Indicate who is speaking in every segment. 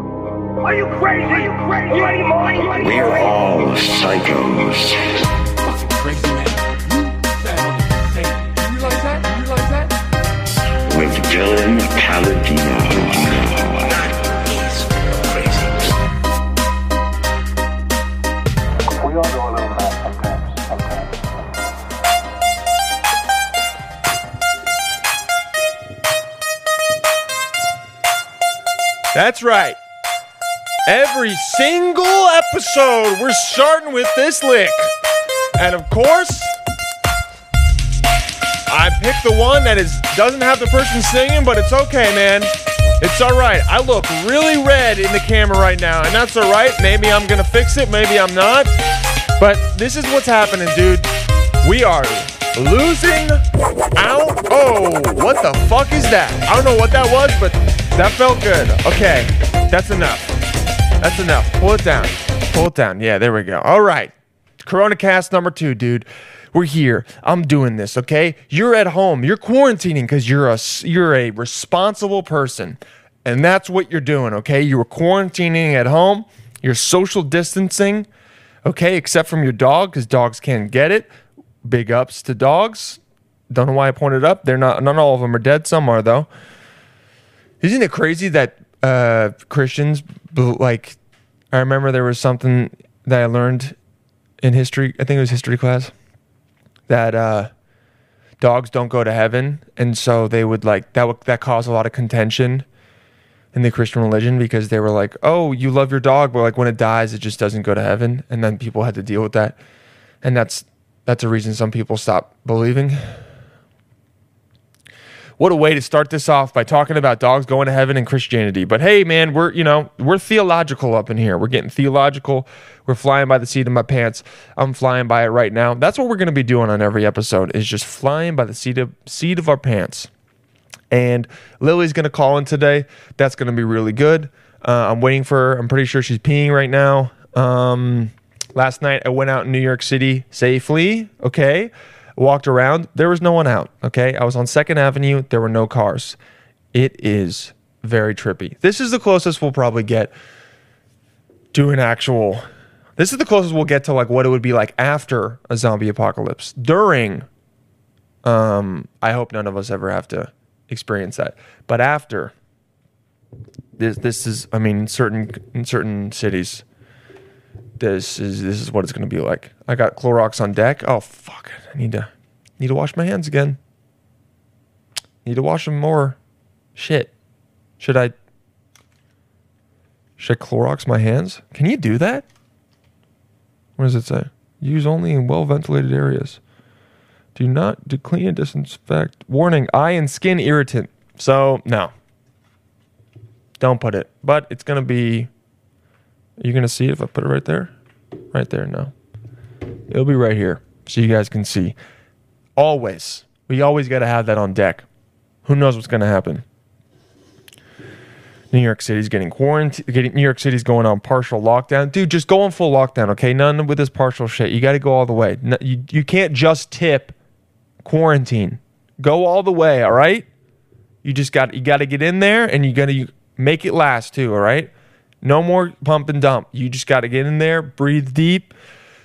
Speaker 1: Are you crazy? Are you crazy? Bloody Marty?
Speaker 2: We're all psychos.
Speaker 3: Crazy man. You like that? You like that?
Speaker 2: with Dylan Paladino.
Speaker 4: We all go a little mad sometimes. Sometimes.
Speaker 5: That's right. Every single episode, we're starting with this lick. And of course, I picked the one that is doesn't have the person singing, but it's okay, man. It's all right. I look really red in the camera right now, and that's all right. Maybe I'm gonna fix it, maybe I'm not. But this is what's happening, dude. We are losing out. Oh, what the fuck is that? I don't know what that was, but that felt good. Okay, that's enough. That's enough. Pull it down. Pull it down. Yeah, there we go. All right. Corona cast number two, dude. We're here. I'm doing this, okay? You're at home. You're quarantining because you're a s- you're a responsible person, and that's what you're doing, okay? You were quarantining at home. You're social distancing, okay? Except from your dog, because dogs can't get it. Big ups to dogs. Don't know why I pointed up. They're not. Not all of them are dead. Some are though. Isn't it crazy that uh, Christians bel- like? I remember there was something that I learned in history. I think it was history class that uh, dogs don't go to heaven, and so they would like that. Would, that caused a lot of contention in the Christian religion because they were like, "Oh, you love your dog, but like when it dies, it just doesn't go to heaven," and then people had to deal with that, and that's that's a reason some people stop believing. What a way to start this off by talking about dogs going to heaven and Christianity. But hey, man, we're you know we're theological up in here. We're getting theological. We're flying by the seat of my pants. I'm flying by it right now. That's what we're going to be doing on every episode is just flying by the seat of seat of our pants. And Lily's going to call in today. That's going to be really good. Uh, I'm waiting for her. I'm pretty sure she's peeing right now. Um, last night I went out in New York City safely. Okay. Walked around. There was no one out. Okay. I was on Second Avenue. There were no cars. It is very trippy. This is the closest we'll probably get to an actual. This is the closest we'll get to like what it would be like after a zombie apocalypse. During Um, I hope none of us ever have to experience that. But after this, this is, I mean, in certain in certain cities, this is this is what it's going to be like. I got Clorox on deck. Oh fuck! it. I need to need to wash my hands again. Need to wash them more. Shit. Should I? Should I Clorox my hands? Can you do that? What does it say? Use only in well ventilated areas. Do not do clean and disinfect. Warning: eye and skin irritant. So no, don't put it. But it's gonna be. You're gonna see if I put it right there, right there. No, it'll be right here, so you guys can see. Always, we always gotta have that on deck. Who knows what's gonna happen? New York City's getting quarantined. Getting New York City's going on partial lockdown. Dude, just go on full lockdown, okay? None with this partial shit. You got to go all the way. No, you you can't just tip quarantine. Go all the way, all right? You just got you got to get in there and you got to make it last too, all right? No more pump and dump. You just got to get in there, breathe deep,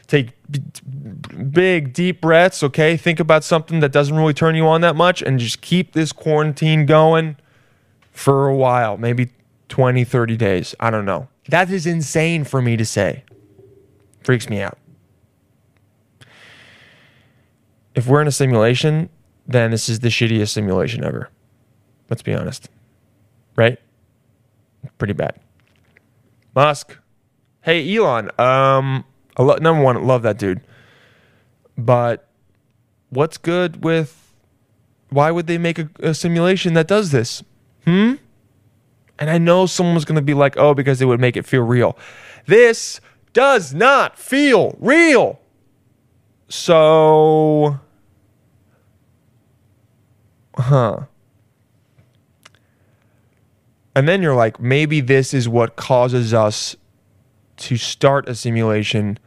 Speaker 5: take b- b- big deep breaths, okay? Think about something that doesn't really turn you on that much and just keep this quarantine going for a while, maybe 20, 30 days. I don't know. That is insane for me to say. Freaks me out. If we're in a simulation, then this is the shittiest simulation ever. Let's be honest. Right? Pretty bad. Musk. Hey, Elon. Um, I lo- number one, love that dude. But what's good with why would they make a, a simulation that does this? Hmm? And I know someone's going to be like, oh, because it would make it feel real. This does not feel real. So, huh. And then you're like, maybe this is what causes us to start a simulation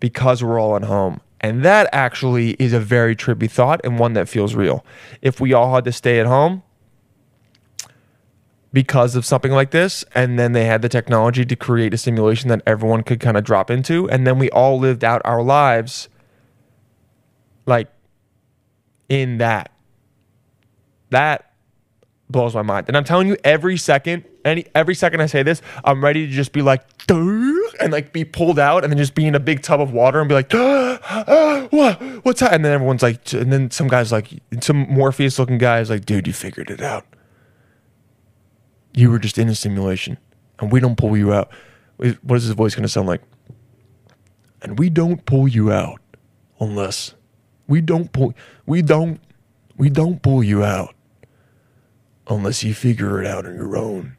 Speaker 5: because we're all at home. And that actually is a very trippy thought and one that feels real. If we all had to stay at home, because of something like this. And then they had the technology to create a simulation that everyone could kind of drop into. And then we all lived out our lives like in that. That blows my mind. And I'm telling you, every second, any every second I say this, I'm ready to just be like, "Duh," and like be pulled out, and then just be in a big tub of water and be like, "Duh, ah, what, what's that? And then everyone's like, "J-" and then some guy's like, some Morpheus looking guy is like, dude, you figured it out. You were just in a simulation, and we don't pull you out. Wh- What is his voice going to sound like? And we don't pull you out unless we don't pull, we don't, we don't pull you out unless you figure it out on your own.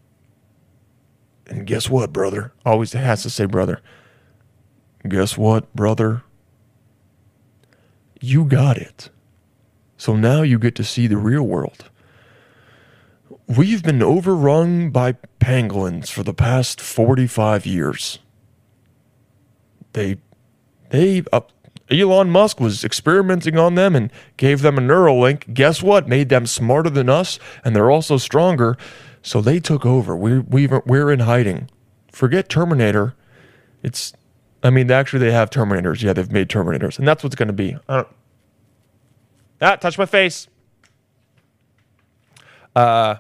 Speaker 5: And guess what, brother? Always has to say, brother. Guess what, brother? You got it. So now you get to see the real world. We've been overrun by pangolins for the past 45 years. They, they, up. Elon Musk was experimenting on them and gave them a Neuralink. Guess what? Made them smarter than us, and they're also stronger. So they took over. We we we're in hiding. Forget Terminator. It's, I mean, actually they have Terminators. Yeah, they've made Terminators, and that's what's going to be. I don't. Ah, touch my face. Uh,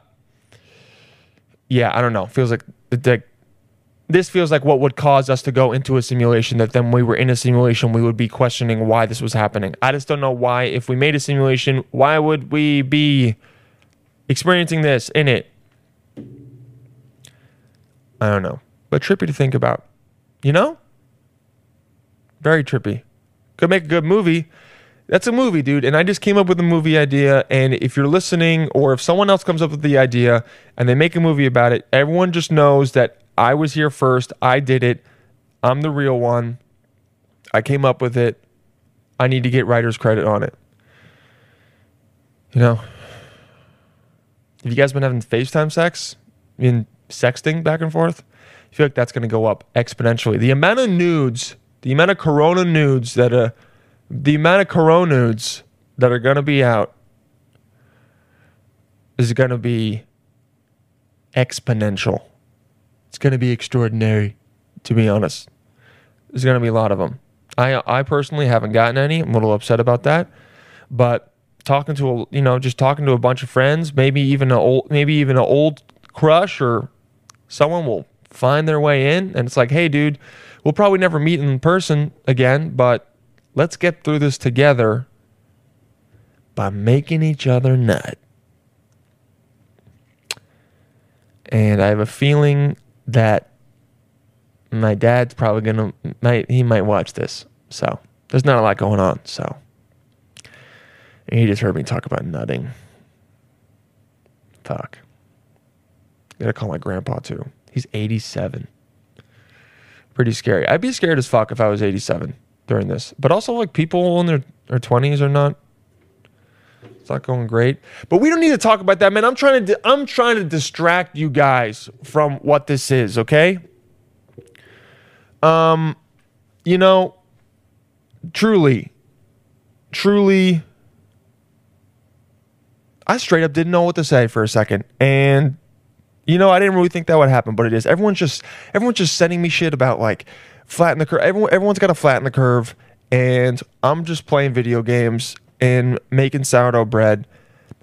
Speaker 5: yeah, I don't know. Feels like the the- This feels like what would cause us to go into a simulation that then we were in a simulation, we would be questioning why this was happening. I just don't know why, if we made a simulation, why would we be experiencing this in it? I don't know. But trippy to think about. You know? Very trippy. Could make a good movie. That's a movie, dude. And I just came up with a movie idea. And if you're listening, or if someone else comes up with the idea and they make a movie about it, everyone just knows that I was here first. I did it. I'm the real one. I came up with it. I need to get writer's credit on it. You know, have you guys been having FaceTime sex? I mean, sexting back and forth? I feel like that's going to go up exponentially. The amount of nudes, the amount of corona nudes that uh, the amount of corona nudes that are going to be out is going to be exponential. It's going to be extraordinary, to be honest. There's going to be a lot of them. I I personally haven't gotten any. I'm a little upset about that, but talking to a you know just talking to a bunch of friends, maybe even a old maybe even an old crush or someone will find their way in, and it's like, hey, dude, we'll probably never meet in person again, but let's get through this together by making each other nut. And I have a feeling that my dad's probably gonna might he might watch this. So there's not a lot going on. So and he just heard me talk about nutting. Fuck. Gotta call my grandpa too. He's 87. Pretty scary. I'd be scared as fuck if I was 87 during this. But also like people in their, their 20s are not. It's not going great. But we don't need to talk about that, man. I'm trying to di- I'm trying to distract you guys from what this is, okay? Um, you know, truly, truly, I straight up didn't know what to say for a second, and you know, I didn't really think that would happen, but it is. Everyone's just everyone's just sending me shit about like flatten the curve. Everyone everyone's got to flatten the curve, and I'm just playing video games and making sourdough bread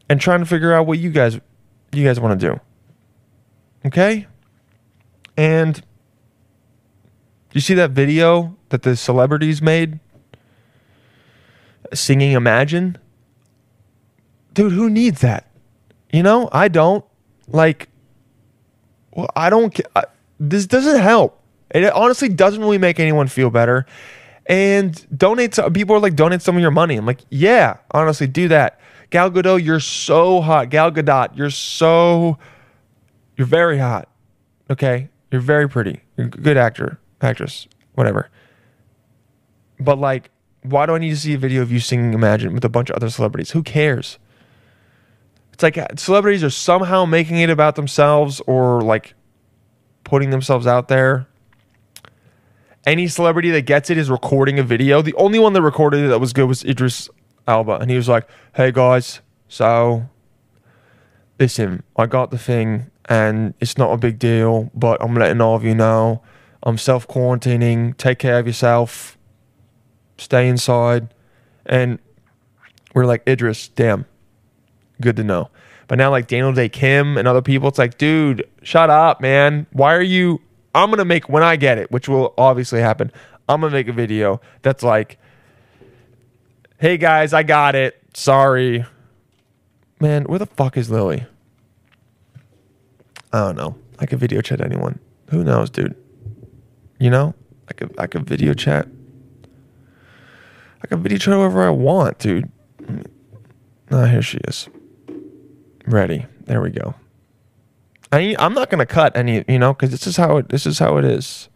Speaker 5: and trying to figure out what you guys you guys want to do. Okay, and. You see that video that the celebrities made singing Imagine? Dude, who needs that? You know, I don't. Like, well, I don't. ca- I, this doesn't help. It honestly doesn't really make anyone feel better. And donate. To, people are like, donate some of your money. I'm like, yeah, honestly, do that. Gal Gadot, you're so hot. Gal Gadot, you're so. You're very hot. Okay, you're very pretty. You're a good actor, actress, whatever. But like, why do I need to see a video of you singing Imagine with a bunch of other celebrities? Who cares? It's like uh, celebrities are somehow making it about themselves or like putting themselves out there. Any celebrity that gets it is recording a video. The only one that recorded it that was good was Idris Alba, and he was like, "Hey guys, so listen, I got the thing and it's not a big deal. But I'm letting all of you know I'm self quarantining. Take care of yourself. Stay inside. And we're like, Idris, damn, good to know. But now, like Daniel Day Kim and other people, it's like, dude, shut up, man. Why are you? I'm gonna make when I get it, which will obviously happen. I'm gonna make a video that's like, hey guys, I got it. Sorry, man. Where the fuck is Lily? I don't know. I could video chat anyone. Who knows, dude? You know, I could I could video chat. I could video chat whoever I want, dude. Ah, here she is. Ready. There we go. I I'm not gonna cut any, you know, because this is how it this is how it is.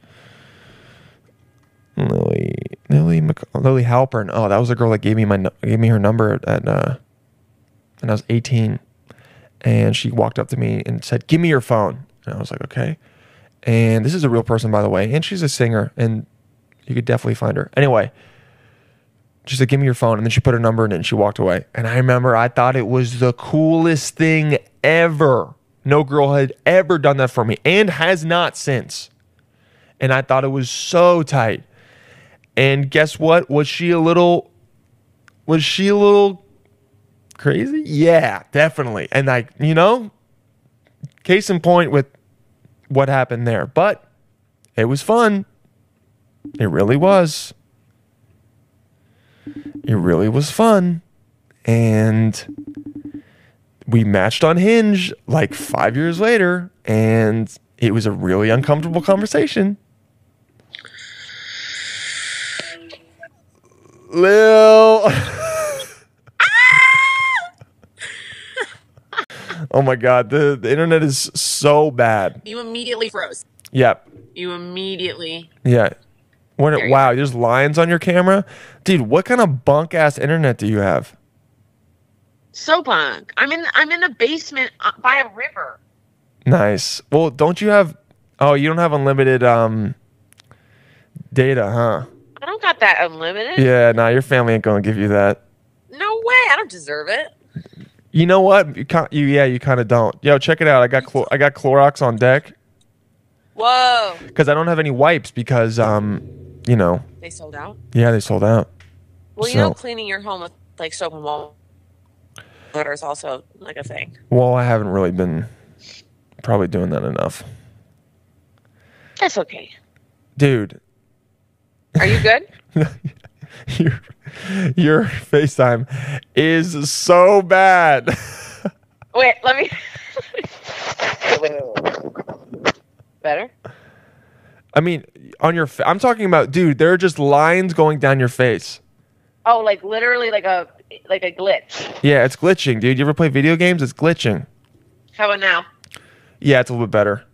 Speaker 5: Lily Lily Mc, Lily Halpern. Oh, that was the girl that gave me my nu- gave me her number at uh, and I was 18, and she walked up to me and said, "Give me your phone." And I was like, "Okay." And this is a real person, by the way, and she's a singer, and you could definitely find her. Anyway, she said, Give me your phone. And then she put her number in it and she walked away. And I remember I thought it was the coolest thing ever. No girl had ever done that for me and has not since. And I thought it was so tight. And guess what? Was she a little was she a little crazy? Yeah, definitely. And like, you know, case in point with what happened there. But it was fun. It really was it really was fun. And we matched on Hinge like five years later, and it was a really uncomfortable conversation. Lil. oh my God, the, the internet is so bad.
Speaker 6: You immediately froze.
Speaker 5: Yep.
Speaker 6: You immediately.
Speaker 5: Yeah. When
Speaker 6: There
Speaker 5: it,
Speaker 6: you
Speaker 5: wow, there's lines on your camera? Dude, what kind of bunk ass internet do you have?
Speaker 6: So punk. I'm in. I'm in a basement uh, by a river.
Speaker 5: Nice. Well, don't you have? Oh, you don't have unlimited um data, huh?
Speaker 6: I don't got that unlimited.
Speaker 5: Yeah. Nah, your family ain't gonna give you that.
Speaker 6: No way. I don't deserve it.
Speaker 5: You know what? You can't. You yeah. You kind of don't. Yo, check it out. I got Clor- I got Clorox on deck
Speaker 6: Whoa.
Speaker 5: because I don't have any wipes because um you know
Speaker 6: They sold out.
Speaker 5: yeah they sold out.
Speaker 6: Well, you know,
Speaker 5: So-
Speaker 6: cleaning your home with like soap and water is also like a thing.
Speaker 5: Well, I haven't really been probably doing that enough,
Speaker 6: That's okay.
Speaker 5: dude.
Speaker 6: Are you good?
Speaker 5: your your FaceTime is so bad.
Speaker 6: Wait. Let me. Wait, wait, wait, wait. Better.
Speaker 5: I mean, on your, fa- I'm talking about, dude. There are just lines going down your face.
Speaker 6: Oh, like literally, like a like a glitch.
Speaker 5: Yeah, it's glitching, dude. You ever play video games? It's glitching.
Speaker 6: How about now?
Speaker 5: Yeah, it's a little bit better.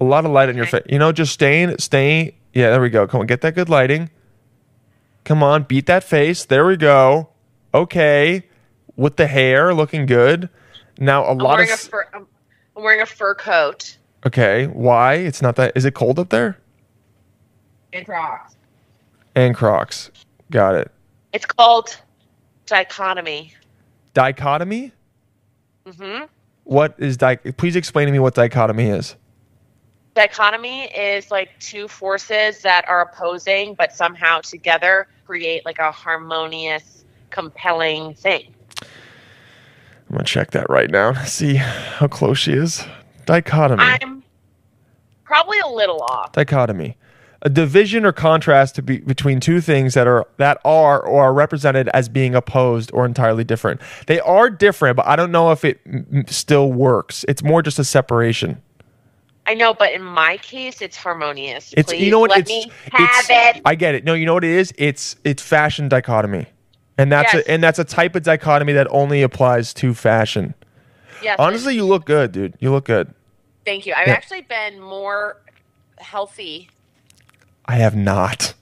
Speaker 5: A lot of light on your
Speaker 6: Okay.
Speaker 5: face. You know, just staying, staying. Yeah, there we go. Come on, get that good lighting. Come on, beat that face. There we go. Okay, with the hair looking good. Now a
Speaker 6: I'm
Speaker 5: lot of
Speaker 6: wearing a
Speaker 5: s-
Speaker 6: fur. I'm, I'm wearing a fur coat.
Speaker 5: okay. Why? It's not that. Is it cold up there?
Speaker 6: It rocks.
Speaker 5: And Crocs. Got it.
Speaker 6: It's called dichotomy.
Speaker 5: Dichotomy.
Speaker 6: hmm
Speaker 5: What is dich? Please explain to me what dichotomy is.
Speaker 6: Dichotomy is like two forces that are opposing, but somehow together create like a harmonious, compelling thing.
Speaker 5: I'm gonna check that right now to see how close she is. Dichotomy.
Speaker 6: I'm probably a little off.
Speaker 5: Dichotomy. A division or contrast to be between two things that are that are or are represented as being opposed or entirely different. They are different, but I don't know if it m- m- still works. It's more just a separation.
Speaker 6: I know, but in my case, it's harmonious.
Speaker 5: It's
Speaker 6: Please
Speaker 5: you know what
Speaker 6: let
Speaker 5: it's,
Speaker 6: me have
Speaker 5: it's-
Speaker 6: it.
Speaker 5: I get it. No, you know what it is? It's it's fashion dichotomy. And that's
Speaker 6: Yes.
Speaker 5: a, and that's a type of dichotomy that only applies to fashion.
Speaker 6: Yes,
Speaker 5: Honestly, you look good, dude. You look good.
Speaker 6: thank you. I've
Speaker 5: Yeah.
Speaker 6: actually been more healthy.
Speaker 5: I have not.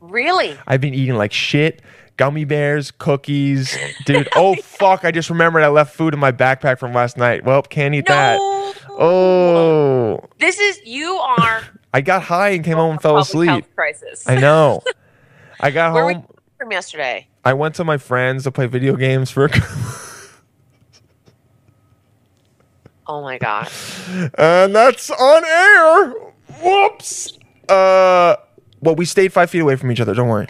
Speaker 6: Really?
Speaker 5: I've been eating like shit, gummy bears, cookies, dude. oh fuck! I just remembered I left food in my backpack from last night. Well, can't eat that.
Speaker 6: No.
Speaker 5: Oh,
Speaker 6: This is you are
Speaker 5: I got high and came home and fell
Speaker 6: public
Speaker 5: asleep.
Speaker 6: health crisis.
Speaker 5: I know. I got
Speaker 6: Where were
Speaker 5: home.
Speaker 6: you from yesterday?
Speaker 5: I went to my friends to play video games for. a cou-
Speaker 6: Oh my gosh.
Speaker 5: and that's on air. Whoops. Uh, well, we stayed five feet away from each other. Don't worry.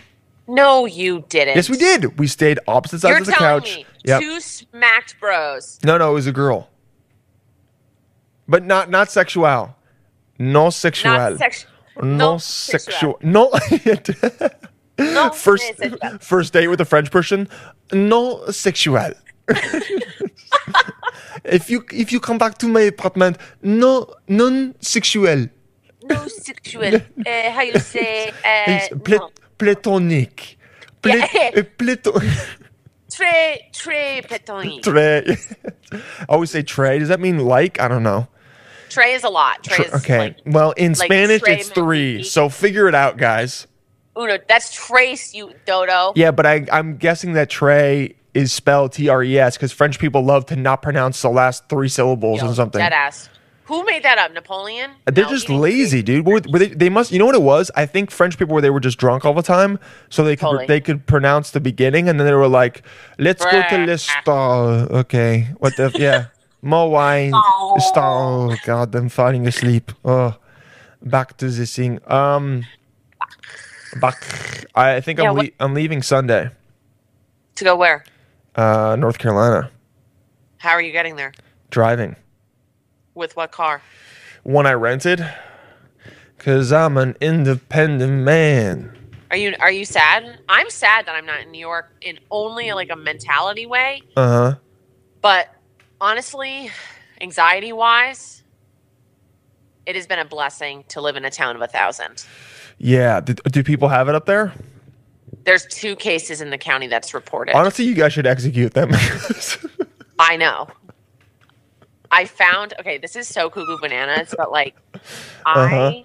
Speaker 6: No, you didn't.
Speaker 5: Yes, we did. We stayed opposite sides
Speaker 6: You're
Speaker 5: of the
Speaker 6: telling
Speaker 5: couch.
Speaker 6: me
Speaker 5: Yep.
Speaker 6: two smacked bros.
Speaker 5: No, no, it was a girl. But not not sexual. No sexual.
Speaker 6: Not sexual.
Speaker 5: no sexual. No.
Speaker 6: No
Speaker 5: first
Speaker 6: sexual.
Speaker 5: first date with a French person. No sexual. if you if you come back to my apartment, no non
Speaker 6: Eh,
Speaker 5: sexual.
Speaker 6: No sexual. Uh, how you say? Uh, no.
Speaker 5: platonic. Pla-
Speaker 6: Yeah.
Speaker 5: uh, plato-
Speaker 6: Très, très pétillante.
Speaker 5: Trey. I always say Trey. Does that mean like? I don't know.
Speaker 6: Trey is a lot. Trey
Speaker 5: Tre-
Speaker 6: is
Speaker 5: okay.
Speaker 6: like
Speaker 5: well, in
Speaker 6: like
Speaker 5: Spanish,
Speaker 6: Trey
Speaker 5: it's three.
Speaker 6: Manrique.
Speaker 5: So figure it out, guys.
Speaker 6: uno. That's Trace, you dodo.
Speaker 5: Yeah, but I, I'm guessing that Trey is spelled T R E S because French people love to not pronounce the last three syllables
Speaker 6: Yo,
Speaker 5: and something. Uh,
Speaker 6: Dead ass. Who made that up? Napoleon?
Speaker 5: They're
Speaker 6: No,
Speaker 5: just
Speaker 6: he didn't-
Speaker 5: lazy, dude. Were, were they, they must. You know what it was? I think French people were they were just drunk all the time, so they could
Speaker 6: Totally.
Speaker 5: they could pronounce the beginning, and then they were like, "Let's go to
Speaker 6: Bruh.
Speaker 5: Le Stal." Okay, what the yeah, more wine.
Speaker 6: Oh.
Speaker 5: Stal. God, I'm falling asleep. Oh, back to the thing. Um, back. I think
Speaker 6: Yeah,
Speaker 5: I'm
Speaker 6: what-
Speaker 5: le- I'm leaving Sunday,
Speaker 6: To go where?
Speaker 5: uh, North Carolina,
Speaker 6: How are you getting there?
Speaker 5: driving
Speaker 6: With what car?
Speaker 5: one I rented, cause I'm an independent man.
Speaker 6: Are you are you sad? I'm sad that I'm not in New York in only like a mentality way,
Speaker 5: Uh huh.
Speaker 6: but honestly, anxiety wise, it has been a blessing to live in a town of a thousand.
Speaker 5: Yeah. Do, do people have it up there?
Speaker 6: There's two cases in the county that's reported.
Speaker 5: Honestly, you guys should execute them.
Speaker 6: I know. I found okay, this is so cuckoo bananas, but like
Speaker 5: Uh-huh.
Speaker 6: I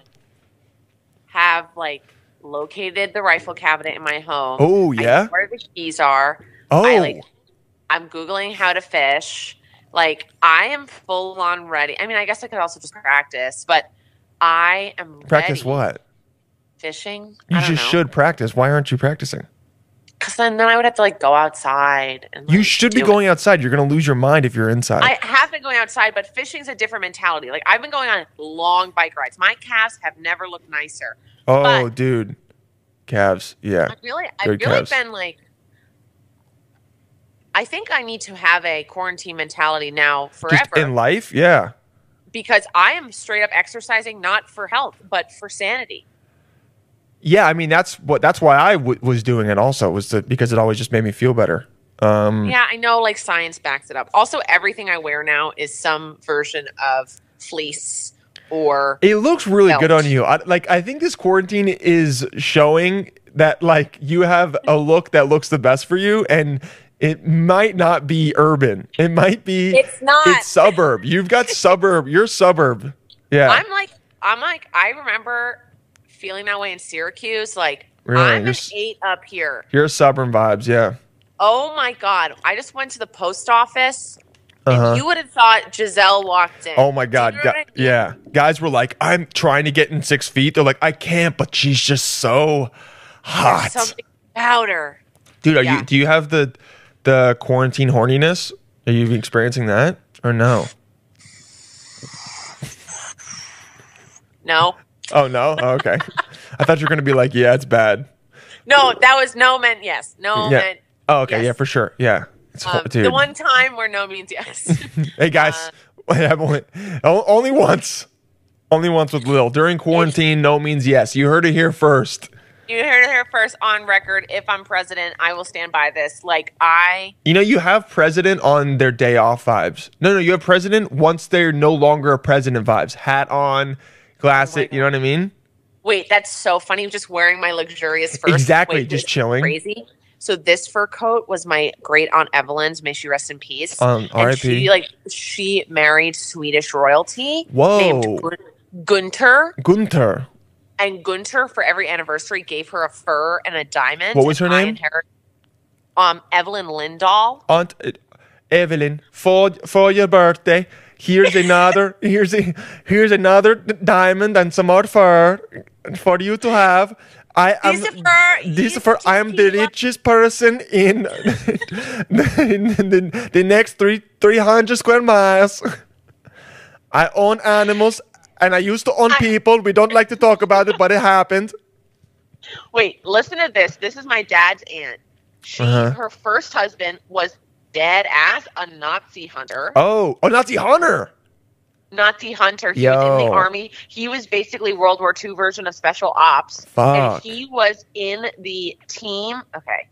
Speaker 6: have like located the rifle cabinet in my home.
Speaker 5: Oh,
Speaker 6: I know
Speaker 5: yeah?
Speaker 6: where the keys are.
Speaker 5: oh,
Speaker 6: I, like, I'm googling how to fish. Like I am full on ready. I mean, I guess I could also just practice, but I am
Speaker 5: practice
Speaker 6: ready.
Speaker 5: what?
Speaker 6: fishing.
Speaker 5: You
Speaker 6: I don't
Speaker 5: just
Speaker 6: know.
Speaker 5: should practice. Why aren't you practicing?
Speaker 6: Because then, then I would have to like go outside. And,
Speaker 5: You
Speaker 6: like,
Speaker 5: should be
Speaker 6: do it.
Speaker 5: going outside. You're going to lose your mind if you're inside.
Speaker 6: I have been going outside, but fishing's a different mentality. Like I've been going on long bike rides. My calves have never looked nicer.
Speaker 5: oh,
Speaker 6: but-
Speaker 5: dude. Calves. Yeah.
Speaker 6: I really, I've
Speaker 5: Good
Speaker 6: really
Speaker 5: calves.
Speaker 6: been like. I think I need to have a quarantine mentality now forever.
Speaker 5: Just in life? Yeah.
Speaker 6: because I am straight up exercising not for health but for sanity.
Speaker 5: Yeah. I mean, that's what, that's why I w- was doing it also, was to, because it always just made me feel better. Um,
Speaker 6: Yeah, I know like science backs it up. Also everything I wear now is some version of fleece or
Speaker 5: It looks really
Speaker 6: Belt.
Speaker 5: good on you. I, like I think this quarantine is showing that like you have a look that looks the best for you and it might not be urban. It might be
Speaker 6: It's not.
Speaker 5: It's suburb. You've got suburb. You're suburb. Yeah.
Speaker 6: I'm like I'm like I remember feeling that way in Syracuse like
Speaker 5: Really?
Speaker 6: I'm
Speaker 5: You're
Speaker 6: an
Speaker 5: s-
Speaker 6: 8 up here.
Speaker 5: you're suburban vibes, yeah.
Speaker 6: Oh my god, I just went to the post office
Speaker 5: Uh-huh.
Speaker 6: and you would have thought Giselle walked in.
Speaker 5: Oh my
Speaker 6: Do you
Speaker 5: god.
Speaker 6: know
Speaker 5: Gu-
Speaker 6: what I mean?
Speaker 5: yeah. Guys were like, I'm trying to get in six feet. They're like, I can't, but she's just so hot.
Speaker 6: Something powder.
Speaker 5: Dude, are
Speaker 6: yeah.
Speaker 5: you do you have the the quarantine horniness? Are you experiencing that? Or no?
Speaker 6: No.
Speaker 5: Oh no! Oh, okay. I thought you were gonna be like, yeah, it's bad.
Speaker 6: No, that was no meant yes. No
Speaker 5: Yeah.
Speaker 6: meant
Speaker 5: Oh, okay.
Speaker 6: Yes.
Speaker 5: Yeah, for sure. Yeah. It's hor-
Speaker 6: um, the one uh, time where no means yes.
Speaker 5: hey guys, I've only o- only once, only once with Lil during quarantine. No means yes. You heard it here first.
Speaker 6: You heard it here first on record. If I'm president, I will stand by this. Like I,
Speaker 5: You know, you have president on their day off vibes. No, no, you have president once they're no longer a president vibes. Hat on,
Speaker 6: Oh
Speaker 5: glasses. you know what I mean?
Speaker 6: wait, that's so funny. Just wearing my luxurious first,
Speaker 5: Exactly,
Speaker 6: Wait,
Speaker 5: just
Speaker 6: this is
Speaker 5: chilling.
Speaker 6: crazy. So this fur coat was my great aunt Evelyn's. May she rest in peace.
Speaker 5: Um,
Speaker 6: And
Speaker 5: R.I.P..
Speaker 6: She like she married Swedish royalty.
Speaker 5: Whoa.
Speaker 6: named Gun- Gunter
Speaker 5: Gunther.
Speaker 6: and Gunter for every anniversary gave her a fur and a diamond.
Speaker 5: What was
Speaker 6: and
Speaker 5: her
Speaker 6: I
Speaker 5: name?
Speaker 6: inherited- um, Evelyn Lindahl.
Speaker 5: Aunt uh, Evelyn, for for your birthday, here's another here's a, here's another d- diamond and some more fur for you to have. I am
Speaker 6: This fur
Speaker 5: this
Speaker 6: is
Speaker 5: fur. I am the
Speaker 6: tequila.
Speaker 5: richest person in, in the, the next three three hundred square miles. I own animals and I used to own people. We don't like to talk about it, but it happened.
Speaker 6: Wait, listen to this. This is my dad's aunt. She,
Speaker 5: Uh-huh.
Speaker 6: her first husband was dead ass a Nazi hunter.
Speaker 5: Oh, oh, Nazi Hunter.
Speaker 6: Nazi hunter. He was in
Speaker 5: Yo.
Speaker 6: the army. He was basically World War II version of Special Ops,
Speaker 5: Fuck.
Speaker 6: and he was in the team. Okay,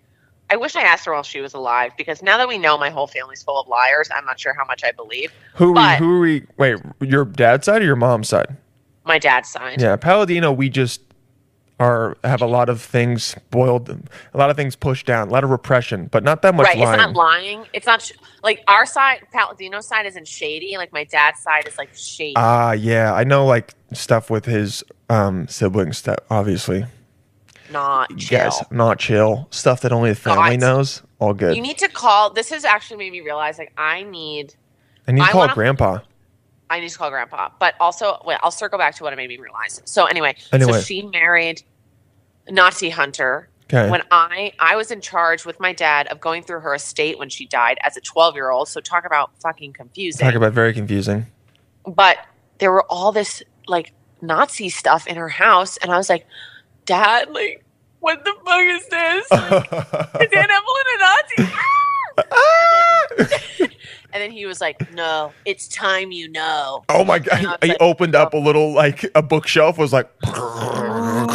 Speaker 6: I wish I asked her while she was alive because now that we know my whole family's full of liars, I'm not sure how much I believe.
Speaker 5: Who we,
Speaker 6: But-
Speaker 5: who we? Wait, your dad's side or your mom's side?
Speaker 6: My dad's side.
Speaker 5: Yeah, Paladino. We just are have a lot of things boiled, a lot of things pushed down, a lot of repression, but not that much
Speaker 6: Right,
Speaker 5: lying.
Speaker 6: it's not lying. It's not sh- like our side, Paladino's side isn't shady. Like my dad's side is like shady.
Speaker 5: Ah, yeah, I know like stuff with his um siblings that obviously
Speaker 6: not chill.
Speaker 5: guys not chill stuff that only the family
Speaker 6: God.
Speaker 5: knows. All good.
Speaker 6: You need to call. This has actually made me realize like I need
Speaker 5: I need to
Speaker 6: I
Speaker 5: call
Speaker 6: wanna-
Speaker 5: grandpa.
Speaker 6: I need to call grandpa. But also, wait, I'll circle back to what it made me realize. So anyway,
Speaker 5: Anyway.
Speaker 6: so she married Nazi hunter.
Speaker 5: Okay.
Speaker 6: When I I was in charge with my dad of going through her estate when she died as a 12-year-old. So talk about fucking confusing.
Speaker 5: Talk about very confusing.
Speaker 6: but there were all this like Nazi stuff in her house and I was like, "Dad, like what the fuck is this?
Speaker 5: Oh
Speaker 6: Is Aunt Evelyn a Nazi?" And then he was like, "No, it's time you know."
Speaker 5: oh my
Speaker 6: Yeah,
Speaker 5: god!
Speaker 6: but-
Speaker 5: He opened up a little like a bookshelf. Was like, yeah.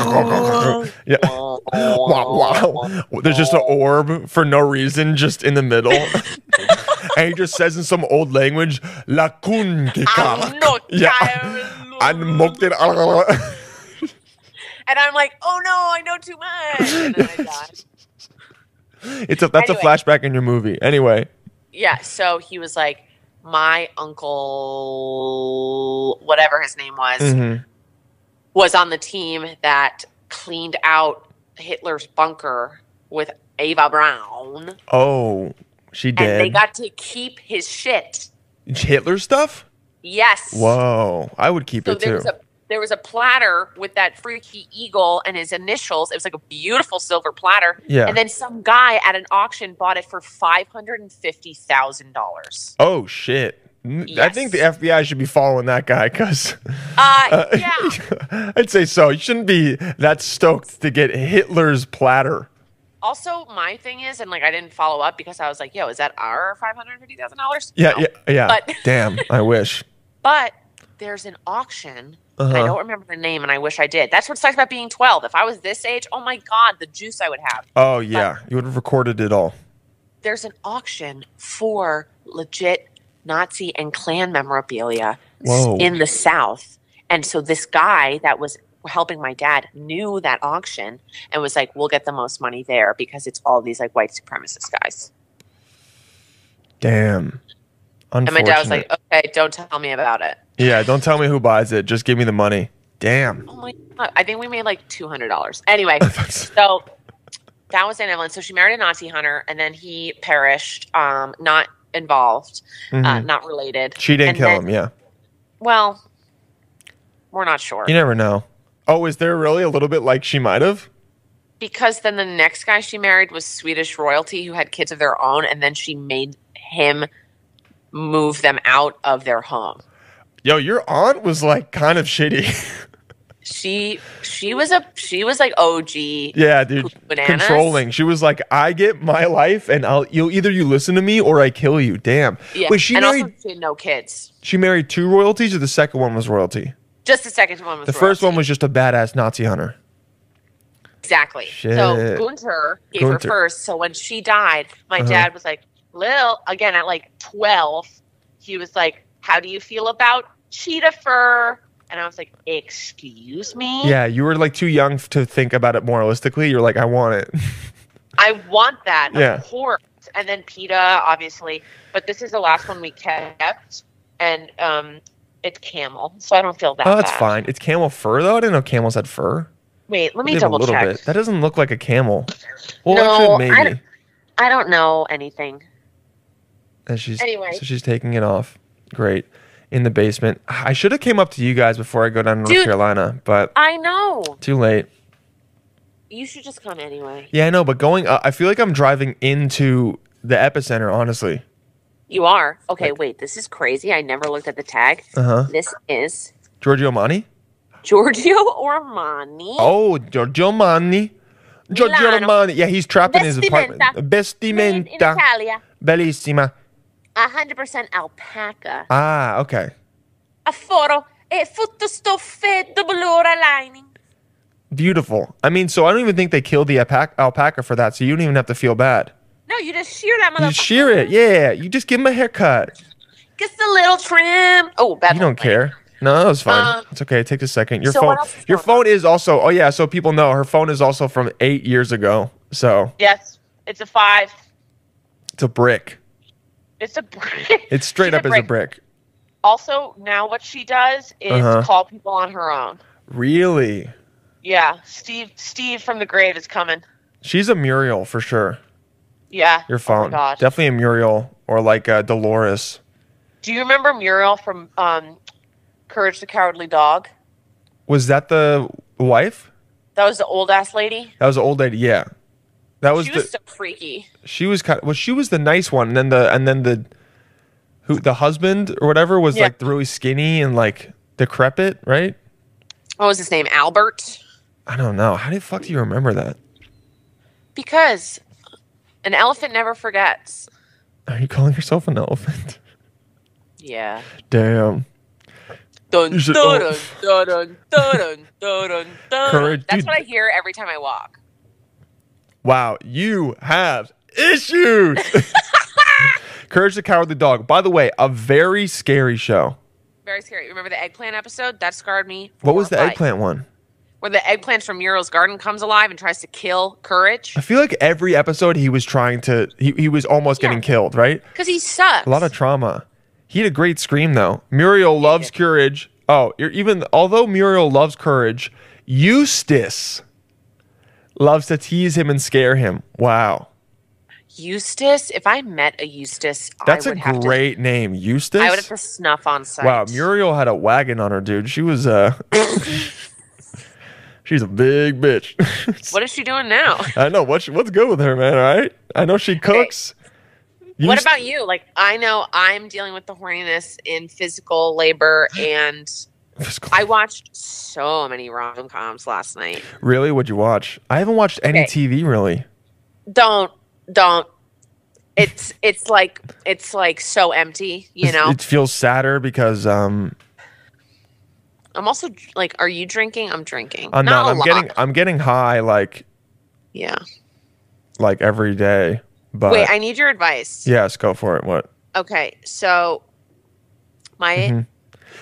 Speaker 5: Wow, wow. There's just an orb for no reason, just in the middle. and he just says in some old language, La
Speaker 6: I'm
Speaker 5: kunkika.
Speaker 6: not
Speaker 5: Yeah. And
Speaker 6: Catholic.
Speaker 5: moked it.
Speaker 6: And I'm like, oh no, I know too much. And then I died.
Speaker 5: It's a, that's
Speaker 6: Anyway.
Speaker 5: a flashback in your movie. Anyway,
Speaker 6: Yeah. So he was like, my uncle, whatever his name was,
Speaker 5: Mhm.
Speaker 6: was on the team that cleaned out Hitler's bunker with Ava Brown, and
Speaker 5: oh, she
Speaker 6: they
Speaker 5: did
Speaker 6: got to keep his shit.
Speaker 5: Hitler stuff.
Speaker 6: Yes.
Speaker 5: Whoa, I would keep
Speaker 6: So
Speaker 5: it too.
Speaker 6: there was a there was a platter with that freaky eagle and his initials. It was like a beautiful silver platter.
Speaker 5: Yeah.
Speaker 6: And then some guy at an auction bought it for five hundred and fifty thousand dollars.
Speaker 5: oh shit! N- I think the
Speaker 6: Yes.
Speaker 5: FBI should be following that guy because.
Speaker 6: Uh, yeah.
Speaker 5: I'd say so. You shouldn't be that stoked to get Hitler's platter.
Speaker 6: also, my thing is, and like I didn't follow up because I was like, "Yo, is that our five hundred fifty thousand dollars?"
Speaker 5: Yeah, yeah, yeah.
Speaker 6: But-
Speaker 5: Damn, I wish.
Speaker 6: But there's an auction. and I
Speaker 5: Uh-huh.
Speaker 6: don't remember the name, and I wish I did. That's what sucks about being twelve. If I was this age, oh my god, the juice I would have.
Speaker 5: Oh yeah, you would have recorded it all.
Speaker 6: there's an auction for legit Nazi and Klan memorabilia s-
Speaker 5: Whoa.
Speaker 6: in the South. And so this guy that was helping my dad knew that auction and was like, we'll get the most money there because it's all these like white supremacist guys.
Speaker 5: Damn.
Speaker 6: And my dad was like, okay, don't tell me about it.
Speaker 5: "Yeah, don't tell me who buys it. Just give me the money." Damn.
Speaker 6: Oh my God. I think we made like $200. Anyway,
Speaker 5: Mm-hmm.
Speaker 6: so that was Aunt Evelyn. So she married a Nazi hunter and then he perished, um, not involved, uh,
Speaker 5: Mhm.
Speaker 6: not related.
Speaker 5: she didn't
Speaker 6: And
Speaker 5: kill
Speaker 6: then-
Speaker 5: him. Yeah,
Speaker 6: Well, we're not sure.
Speaker 5: you never know. Oh, is there really a little bit like she might have?
Speaker 6: because then the next guy she married was Swedish royalty who had kids of their own, and then she made him move them out of their home.
Speaker 5: Yo, your aunt was like kind of shitty.
Speaker 6: She she was a she was like OG.
Speaker 5: yeah, dude,
Speaker 6: Bananas?
Speaker 5: controlling. She was like, "I get my life, and I'll you either you listen to me or I kill you." Damn.
Speaker 6: Yeah.
Speaker 5: Wait, she
Speaker 6: and
Speaker 5: married
Speaker 6: also she had no kids.
Speaker 5: she married two royalties, or the second one was royalty.
Speaker 6: Just the second one was
Speaker 5: The first
Speaker 6: royalty.
Speaker 5: one was just a badass Nazi hunter.
Speaker 6: Exactly. So
Speaker 5: Shit.
Speaker 6: Gunter gave
Speaker 5: Gunther.
Speaker 6: her first. So when she died, my
Speaker 5: Uh-huh.
Speaker 6: dad was like, Lil, again at like 12, he was like, How do you feel about cheetah fur? And I was like, Excuse me?
Speaker 5: Yeah, you were like too young f- to think about it moralistically. You're like, I want it.
Speaker 6: I want that,
Speaker 5: Yeah.
Speaker 6: of course. And then PETA, obviously. But this is the last one we kept. And um, it's camel. So I don't feel that
Speaker 5: oh, that's
Speaker 6: bad.
Speaker 5: fine. It's camel fur though. I didn't know camels had fur.
Speaker 6: Wait, let me
Speaker 5: They have a
Speaker 6: double
Speaker 5: little
Speaker 6: check.
Speaker 5: bit. That doesn't look like a camel. Well, actually,
Speaker 6: No, I
Speaker 5: maybe.
Speaker 6: don't- I don't know anything.
Speaker 5: And she's
Speaker 6: Anyway.
Speaker 5: so she's taking it off. Great. In the basement. I should have came up to you guys before I go down to North
Speaker 6: Dude.
Speaker 5: Carolina, but
Speaker 6: I know.
Speaker 5: too late.
Speaker 6: You should just come anyway.
Speaker 5: uh, Yeah, I know. But going, up, I feel like I'm driving into the epicenter. Honestly,
Speaker 6: You are. Okay, wait. This is crazy. I never looked at the tag.
Speaker 5: Uh-huh.
Speaker 6: This is
Speaker 5: Giorgio Armani?
Speaker 6: Giorgio Ormani.
Speaker 5: Oh, Giorgio Armani. Giorgio
Speaker 6: Milano.
Speaker 5: Armani. Yeah, he's trapped in his apartment.
Speaker 6: Vestimenta. Made in
Speaker 5: Vestimenta.
Speaker 6: Italia.
Speaker 5: Bellissima.
Speaker 6: 100% alpaca.
Speaker 5: Ah, okay.
Speaker 6: A foro e tutto stoffetto blue lining.
Speaker 5: Beautiful. I mean, so I don't even think they killed the alpaca, alpaca for that, so you don't even have to feel bad.
Speaker 6: No, you just shear that motherfucker.
Speaker 5: You shear it. Yeah, you just give him a haircut.
Speaker 6: Just a little trim. Oh, bad.
Speaker 5: You don't care. No, it's fine.
Speaker 6: Um,
Speaker 5: it's okay. It takes a second. Your
Speaker 6: so
Speaker 5: phone.
Speaker 6: what else is
Speaker 5: Your
Speaker 6: going
Speaker 5: phone is also. Oh yeah. So people know her phone is also from eight years ago. So
Speaker 6: Yes, it's a five.
Speaker 5: it's a brick.
Speaker 7: It's a brick.
Speaker 5: It's straight
Speaker 7: She's
Speaker 5: up as a brick.
Speaker 7: Also, now what she does is
Speaker 5: Uh-huh.
Speaker 7: call people on her own.
Speaker 5: Really.
Speaker 7: Yeah, Steve. Steve from the grave is coming.
Speaker 5: She's a Muriel for sure.
Speaker 7: Yeah. Oh my
Speaker 5: Your phone.
Speaker 7: God.
Speaker 5: Definitely a Muriel or like a Dolores.
Speaker 7: Do you remember Muriel from um, Courage the Cowardly Dog?
Speaker 5: Was that the wife?
Speaker 6: That was the old ass lady.
Speaker 5: That was the old lady. Yeah. That was
Speaker 6: she
Speaker 5: the.
Speaker 6: was so freaky.
Speaker 5: she was kind. well, she was the nice one, and then the and then the who the husband or whatever was
Speaker 6: Yeah.
Speaker 5: like really skinny and like decrepit, right?
Speaker 6: What was his name? Albert.
Speaker 5: I don't know. How the fuck do you remember that?
Speaker 6: Because an elephant never forgets.
Speaker 5: Are you calling yourself an elephant?
Speaker 6: Yeah.
Speaker 5: Damn.
Speaker 6: Dun,
Speaker 5: You should-
Speaker 6: dun, dun, dun, dun, dun, dun, dun.
Speaker 5: Courage,
Speaker 6: That's
Speaker 5: dude.
Speaker 6: what I hear every time I walk.
Speaker 5: Wow, you have issues. Courage the Cowardly Dog. By the way, a very scary show.
Speaker 6: Very scary. Remember the eggplant episode? That scarred me.
Speaker 5: What
Speaker 6: for
Speaker 5: was the
Speaker 6: life.
Speaker 5: eggplant one?
Speaker 6: Where the eggplant from Muriel's garden comes alive and tries to kill Courage
Speaker 5: I feel like every episode he was trying to he, he was almost getting
Speaker 6: Yeah.
Speaker 5: killed, right?
Speaker 6: because he sucks.
Speaker 5: A lot of trauma. He had a great scream though. Muriel loves courage. Oh, you're even although Muriel loves courage, Eustace loves to tease him and scare him. Wow.
Speaker 6: Eustace. If I met a Eustace,
Speaker 5: That's
Speaker 6: I
Speaker 5: a
Speaker 6: would have
Speaker 5: great name,
Speaker 6: To,
Speaker 5: Eustace.
Speaker 6: I would have to snuff on sight.
Speaker 5: wow, Muriel had a wagon on her, dude. She was uh She's a big bitch.
Speaker 6: What is she doing now?
Speaker 5: I know what's what's good with her, man, all right? I know she cooks.
Speaker 6: What
Speaker 5: Eust-
Speaker 6: about you? Like, I know I'm dealing with the horniness in physical labor, and I watched so many rom coms last night.
Speaker 5: Really? What'd you watch? I haven't watched any
Speaker 6: Okay.
Speaker 5: TV really.
Speaker 6: Don't, don't. It's it's like it's like so empty, you
Speaker 5: It's-
Speaker 6: know.
Speaker 5: it feels sadder because um
Speaker 6: I'm also like, are you drinking? I'm drinking.
Speaker 5: I'm not.
Speaker 6: a
Speaker 5: I'm
Speaker 6: lot.
Speaker 5: getting. I'm getting high like
Speaker 6: Yeah.
Speaker 5: like every day. But
Speaker 6: Wait, I need your advice.
Speaker 5: yes, go for it. What?
Speaker 6: Okay, so my
Speaker 5: Mm-hmm.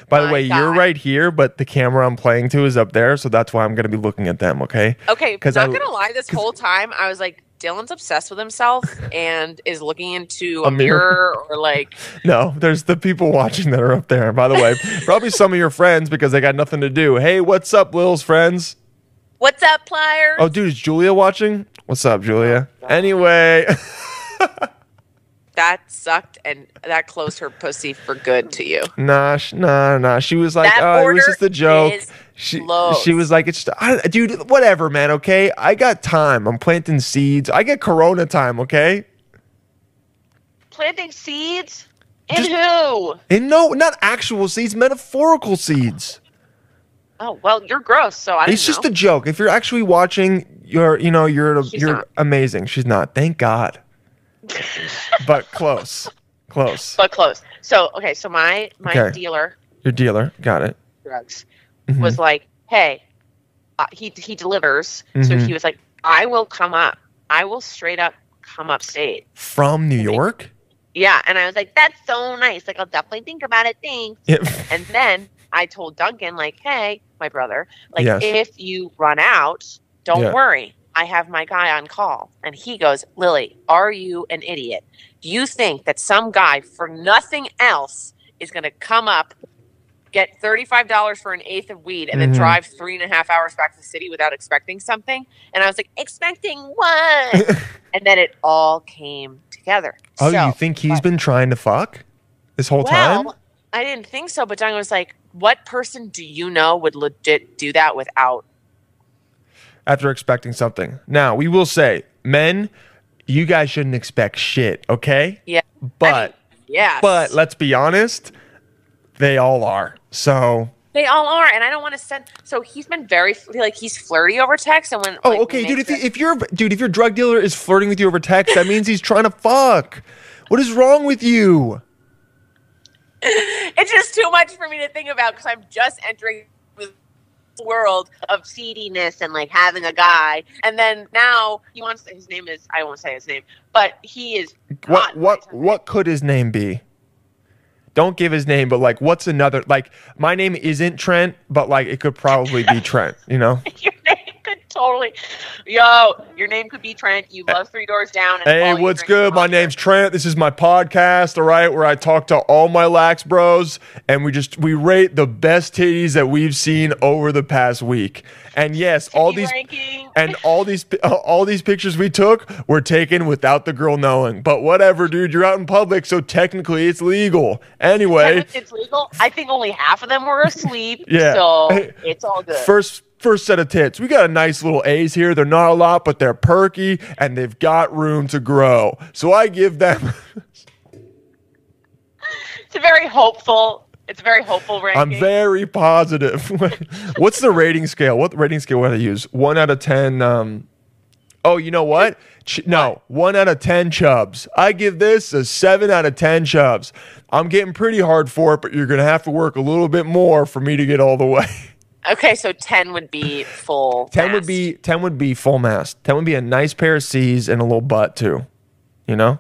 Speaker 5: By the
Speaker 6: My
Speaker 5: way, you're
Speaker 6: God.
Speaker 5: right here, but the camera I'm playing to is up there, so that's why I'm gonna be looking at them. Okay.
Speaker 6: okay,
Speaker 5: 'Cause
Speaker 6: not
Speaker 5: I-
Speaker 6: gonna lie, this whole time I was like, Dylan's obsessed with himself and is looking into a,
Speaker 5: A mirror.
Speaker 6: mirror or like
Speaker 5: No, there's the people watching that are up there. By the way, probably some of your friends because they got nothing to do. Hey, what's up, Lil's friends?
Speaker 6: What's up, Pliers?
Speaker 5: Oh, dude, is Julia watching? What's up, Julia?
Speaker 6: Oh,
Speaker 5: Anyway,
Speaker 6: That sucked, and that closed her pussy for good to you.
Speaker 5: nah, sh- nah, nah. She was like,
Speaker 6: That
Speaker 5: oh, it was
Speaker 6: border
Speaker 5: just a joke.
Speaker 6: is
Speaker 5: She,
Speaker 6: closed.
Speaker 5: she was like, it's just, I, dude, whatever, man. Okay, I got time. I'm planting seeds. I get Corona time. Okay,
Speaker 7: Planting seeds. In
Speaker 5: Just-
Speaker 7: who?
Speaker 5: and no, not actual seeds, metaphorical seeds.
Speaker 7: Oh well, you're gross. So I. didn't
Speaker 5: It's just
Speaker 7: know.
Speaker 5: a joke. If you're actually watching, you're, you know, you're,
Speaker 7: She's
Speaker 5: you're
Speaker 7: not.
Speaker 5: amazing. She's not. Thank God. but close, close.
Speaker 7: but close. So okay, so my my
Speaker 5: Okay.
Speaker 7: dealer
Speaker 5: Your dealer got it. Mm-hmm.
Speaker 7: drugs was like, hey, uh, he he delivers. So
Speaker 5: Mhm.
Speaker 7: he was like, I will come up. I will straight up come upstate.
Speaker 5: From New York.
Speaker 7: Yeah, and I was like, that's so nice. Like I'll definitely think about it. Thanks.
Speaker 5: Yeah.
Speaker 7: And then I told Duncan, like, hey, my brother, like,
Speaker 5: Yes.
Speaker 7: if you run out, don't
Speaker 5: Yeah.
Speaker 7: worry.
Speaker 6: I have my guy on call, and he goes, Lily, are you an idiot? You think that some guy for nothing else is going to come up, get $35 for an eighth of weed, and
Speaker 5: Mhm.
Speaker 6: then drive three and a half hours back to the city without expecting something? And I was like, expecting what? and then it all came together.
Speaker 5: Oh,
Speaker 6: So-
Speaker 5: you think he's been trying to fuck this whole
Speaker 6: well,
Speaker 5: time?
Speaker 6: I didn't think so, but Duncan was like, what person do you know would legit do that without?
Speaker 5: after expecting something. Now, we will say, men, you guys shouldn't expect shit, okay?
Speaker 6: Yeah.
Speaker 5: But
Speaker 6: Yes.
Speaker 5: But let's be honest, they all are. So
Speaker 6: They all are, and I don't want to send. So he's been very like he's flirty over text, and when
Speaker 5: Oh,
Speaker 6: like,
Speaker 5: okay,
Speaker 6: we
Speaker 5: dude.
Speaker 6: make
Speaker 5: If, if your dude, if your drug dealer is flirting with you over text, that means he's trying to fuck. What is wrong with you?
Speaker 6: the- it's just too much for me to think about because I'm just entering the world of seediness and like having a guy, and then now he wants his name is I won't say his name, but he is
Speaker 5: What
Speaker 6: not
Speaker 5: what what could his name be? Don't give his name, but like, what's another? Like, my name isn't Trent, but like, it could probably be Trent. You know?
Speaker 6: Your name could totally, yo, your name could be Trent. You love Three Doors Down. And
Speaker 5: Hey,
Speaker 6: all you
Speaker 5: what's
Speaker 6: drink is
Speaker 5: good? My
Speaker 6: vodka.
Speaker 5: name's Trent. This is my podcast, all right, where I talk to all my lax bros and we just we rate the best titties that we've seen over the past week. And yes, all
Speaker 6: Titty
Speaker 5: these
Speaker 6: ranking.
Speaker 5: and all these pi- all these pictures we took were taken without the girl knowing. But whatever, dude, you're out in public, so technically it's legal. Anyway,
Speaker 6: It's legal. I think only half of them were asleep.
Speaker 5: Yeah.
Speaker 6: So it's all good.
Speaker 5: first first set of tits. We got a nice little A's here. They're not a lot, but they're perky and they've got room to grow. So I give them
Speaker 6: It's a very hopeful. It's a very hopeful
Speaker 5: I'm
Speaker 6: ranking.
Speaker 5: very positive. What's the rating scale? What rating scale would I use? One out of ten. Um, oh, you know what? Ch- no, one out of ten chubs. I give this a seven out of ten chubs. I'm getting pretty hard for it, but you're gonna have to work a little bit more for me to get all the way.
Speaker 6: okay, so ten would be full.
Speaker 5: ten would
Speaker 6: mast.
Speaker 5: be ten would be full mast. Ten would be a nice pair of C's and a little butt too. You know,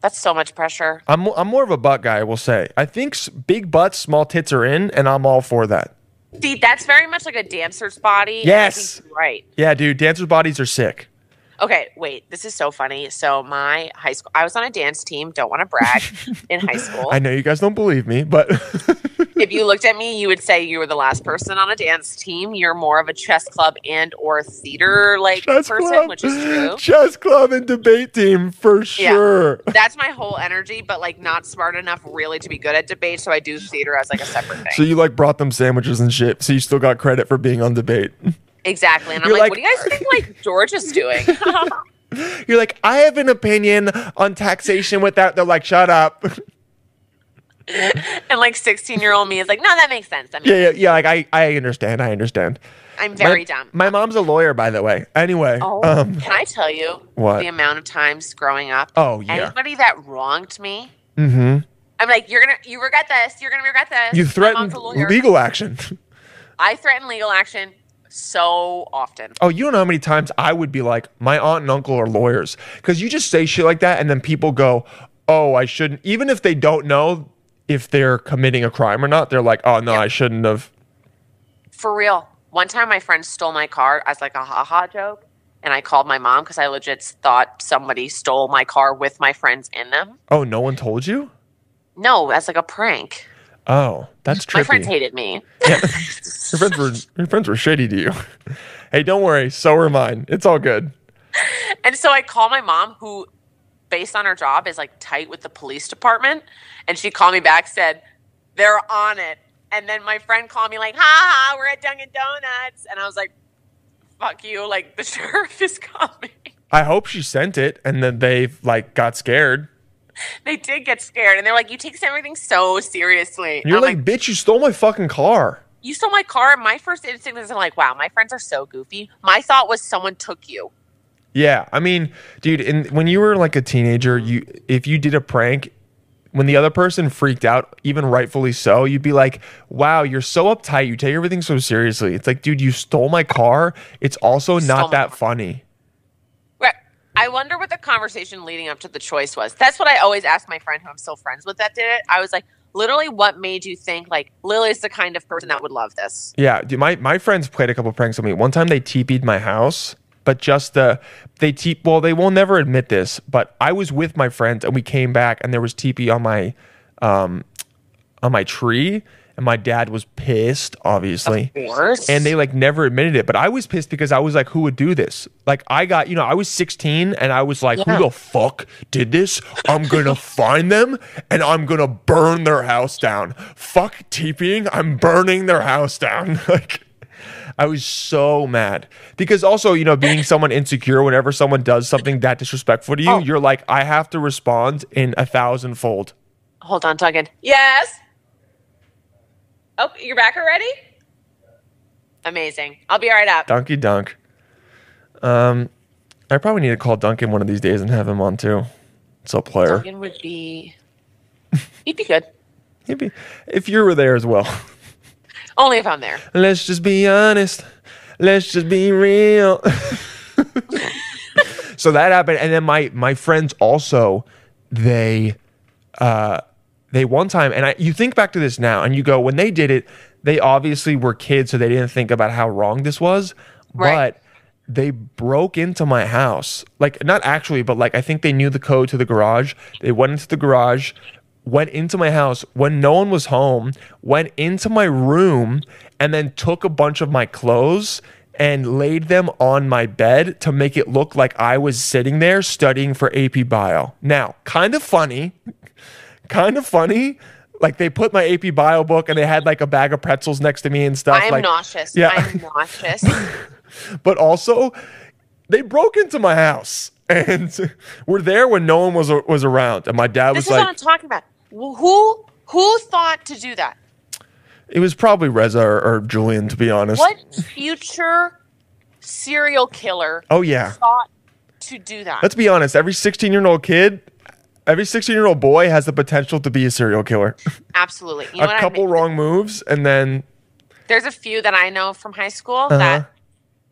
Speaker 6: That's so much pressure.
Speaker 5: I'm mo- I'm more of a butt guy. I will say. I think s- big butts, small tits are in, and I'm all for that.
Speaker 6: See, that's very much like a dancer's body. and I
Speaker 5: Yes.
Speaker 6: think you're Right.
Speaker 5: Yeah, dude, dancers' bodies are sick.
Speaker 6: Okay, wait. This is so funny. So my high school, I was on a dance team. Don't want to brag. in high school,
Speaker 5: I know you guys don't believe me, but
Speaker 6: if you looked at me, you would say you were the last person on a dance team. You're more of a chess club and or theater like
Speaker 5: chess
Speaker 6: person,
Speaker 5: club,
Speaker 6: which is true.
Speaker 5: chess club and debate team for
Speaker 6: Yeah.
Speaker 5: sure.
Speaker 6: That's my whole energy, but like not smart enough really to be good at debate. So I do theater as like a separate thing.
Speaker 5: So you like brought them sandwiches and shit, so you still got credit for being on debate.
Speaker 6: exactly. And I'm
Speaker 5: You're like-
Speaker 6: like, what do you guys think like George is doing?
Speaker 5: You're like, I have an opinion on taxation without. They're like, shut up.
Speaker 6: and like 16 year old me is like, no, that makes sense. I mean,
Speaker 5: yeah, yeah, yeah. Like I, I understand. I understand.
Speaker 6: I'm very
Speaker 5: my,
Speaker 6: dumb.
Speaker 5: My mom's a lawyer, by the way. Anyway,
Speaker 6: Oh,
Speaker 5: um,
Speaker 6: can I tell you
Speaker 5: What?
Speaker 6: the amount of times growing up?
Speaker 5: Oh, yeah.
Speaker 6: Anybody that wronged me,
Speaker 5: mhm.
Speaker 6: I'm like, you're gonna, you regret this. You're gonna regret this.
Speaker 5: you
Speaker 6: My
Speaker 5: threatened
Speaker 6: mom's a lawyer.
Speaker 5: legal action.
Speaker 6: I threaten legal action so often.
Speaker 5: Oh, you don't know how many times I would be like, my aunt and uncle are lawyers. Because you just say shit like that, and then people go, oh, I shouldn't. Even if they don't know if they're committing a crime or not, they're like, oh, no, I shouldn't have.
Speaker 6: For real. One time my friend stole my car as like a haha joke. And I called my mom because I legit thought somebody stole my car with my friends in them.
Speaker 5: Oh, no one told you?
Speaker 6: No, that's like a prank.
Speaker 5: Oh, that's
Speaker 6: My
Speaker 5: trippy.
Speaker 6: friends hated me.
Speaker 5: your, friends were, your friends were shady to you. hey, don't worry. So are mine. It's all good.
Speaker 6: And so I call my mom, who, based on her job, is like tight with the police department. And she called me back, said, they're on it. And then my friend called me, like, ha ha, we're at Dunkin' Donuts. And I was like, fuck you. Like, the sheriff is coming.
Speaker 5: I hope she sent it, and then they like got scared.
Speaker 6: They did get scared. And they're like, you take everything so seriously.
Speaker 5: You're
Speaker 6: I'm
Speaker 5: like, bitch, you stole my fucking car.
Speaker 6: you stole my car. My first instinct is like, wow, my friends are so goofy. My thought was someone took you.
Speaker 5: Yeah, I mean, dude, and when you were like a teenager, you if you did a prank, when the other person freaked out, even rightfully so, you'd be like, "Wow, you're so uptight. You take everything so seriously." It's like, dude, you stole my car. It's also
Speaker 6: Stole
Speaker 5: not
Speaker 6: my
Speaker 5: that
Speaker 6: car.
Speaker 5: funny.
Speaker 6: Right. I wonder what the conversation leading up to the choice was. That's what I always ask my friend who I'm still friends with that did it. I was like, literally, what made you think like Lily's the kind of person that would love this?
Speaker 5: Yeah, dude, my my friends played a couple pranks on me. One time they teepeed my house, but just the they teep. Well, they will never admit this, but I was with my friends and we came back and there was teepee on my, um, on my tree, and my dad was pissed, obviously.
Speaker 6: Worse.
Speaker 5: and they like never admitted it. But I was pissed because I was like, who would do this? Like I got, you know, I was 16 and I was like, who the fuck did this? I'm gonna find them and I'm gonna burn their house down. Fuck TPing, I'm burning their house down. like I was so mad because also you know being someone insecure whenever someone does something that disrespectful to you,
Speaker 6: Oh.
Speaker 5: you're like I have to respond in a thousandfold.
Speaker 6: Hold on, Duncan. Yes.
Speaker 7: Oh, you're back already?
Speaker 6: Amazing. I'll be right up.
Speaker 5: Donkey Dunk. Um, I probably need to call Duncan one of these days and have him on too. It's a player.
Speaker 6: Duncan would be. He'd be good.
Speaker 5: He'd be- if you were there as well.
Speaker 6: Only if I'm there.
Speaker 5: Let's just be honest. Let's just be real. so that happened, and then my my friends also they uh they one time and I you think back to this now and you go when they did it they obviously were kids so they didn't think about how wrong this was
Speaker 6: Right.
Speaker 5: but they broke into my house like not actually but like I think they knew the code to the garage they went into the garage went into my house when no one was home went into my room and then took a bunch of my clothes and laid them on my bed to make it look like I was sitting there studying for AP bio. Now, kind of funny, kind of funny. Like they put my AP bio book and they had like a bag of pretzels next to me and stuff.
Speaker 6: I am
Speaker 5: like,
Speaker 6: nauseous.
Speaker 5: yeah.
Speaker 6: I'm nauseous.
Speaker 5: but also they broke into my house and were there when no one was uh, was around. And my dad was
Speaker 6: this is what I'm
Speaker 5: like,
Speaker 6: talking about. Wh- Who who thought to do that?
Speaker 5: it was probably Reza or, or Julian, to be honest.
Speaker 6: What future serial killer
Speaker 5: Oh yeah.
Speaker 6: thought to do that?
Speaker 5: Let's be honest. Every 16 year old kid, every 16 year old boy has the potential to be a serial killer.
Speaker 6: Absolutely. You know what
Speaker 5: a
Speaker 6: I
Speaker 5: couple
Speaker 6: mean?
Speaker 5: wrong moves and then
Speaker 6: There's a few that I know from high school
Speaker 5: Uh-huh.
Speaker 6: that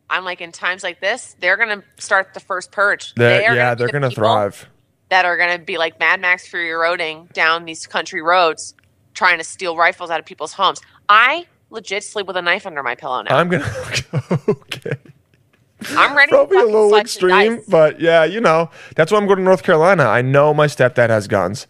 Speaker 6: I'm like in times like this, they're gonna start the first purge.
Speaker 5: they're,
Speaker 6: They are
Speaker 5: yeah,
Speaker 6: be
Speaker 5: they're
Speaker 6: the
Speaker 5: gonna
Speaker 6: people
Speaker 5: thrive.
Speaker 6: That are gonna be like Mad Max Fury Roading down these country roads, trying to steal rifles out of people's homes. I legit sleep with a knife under my pillow now.
Speaker 5: I'm gonna okay.
Speaker 6: I'm ready.
Speaker 5: Probably a
Speaker 6: to fucking
Speaker 5: little
Speaker 6: slice the
Speaker 5: extreme,
Speaker 6: dice.
Speaker 5: but yeah, you know that's why I'm going to North Carolina. I know my stepdad has guns,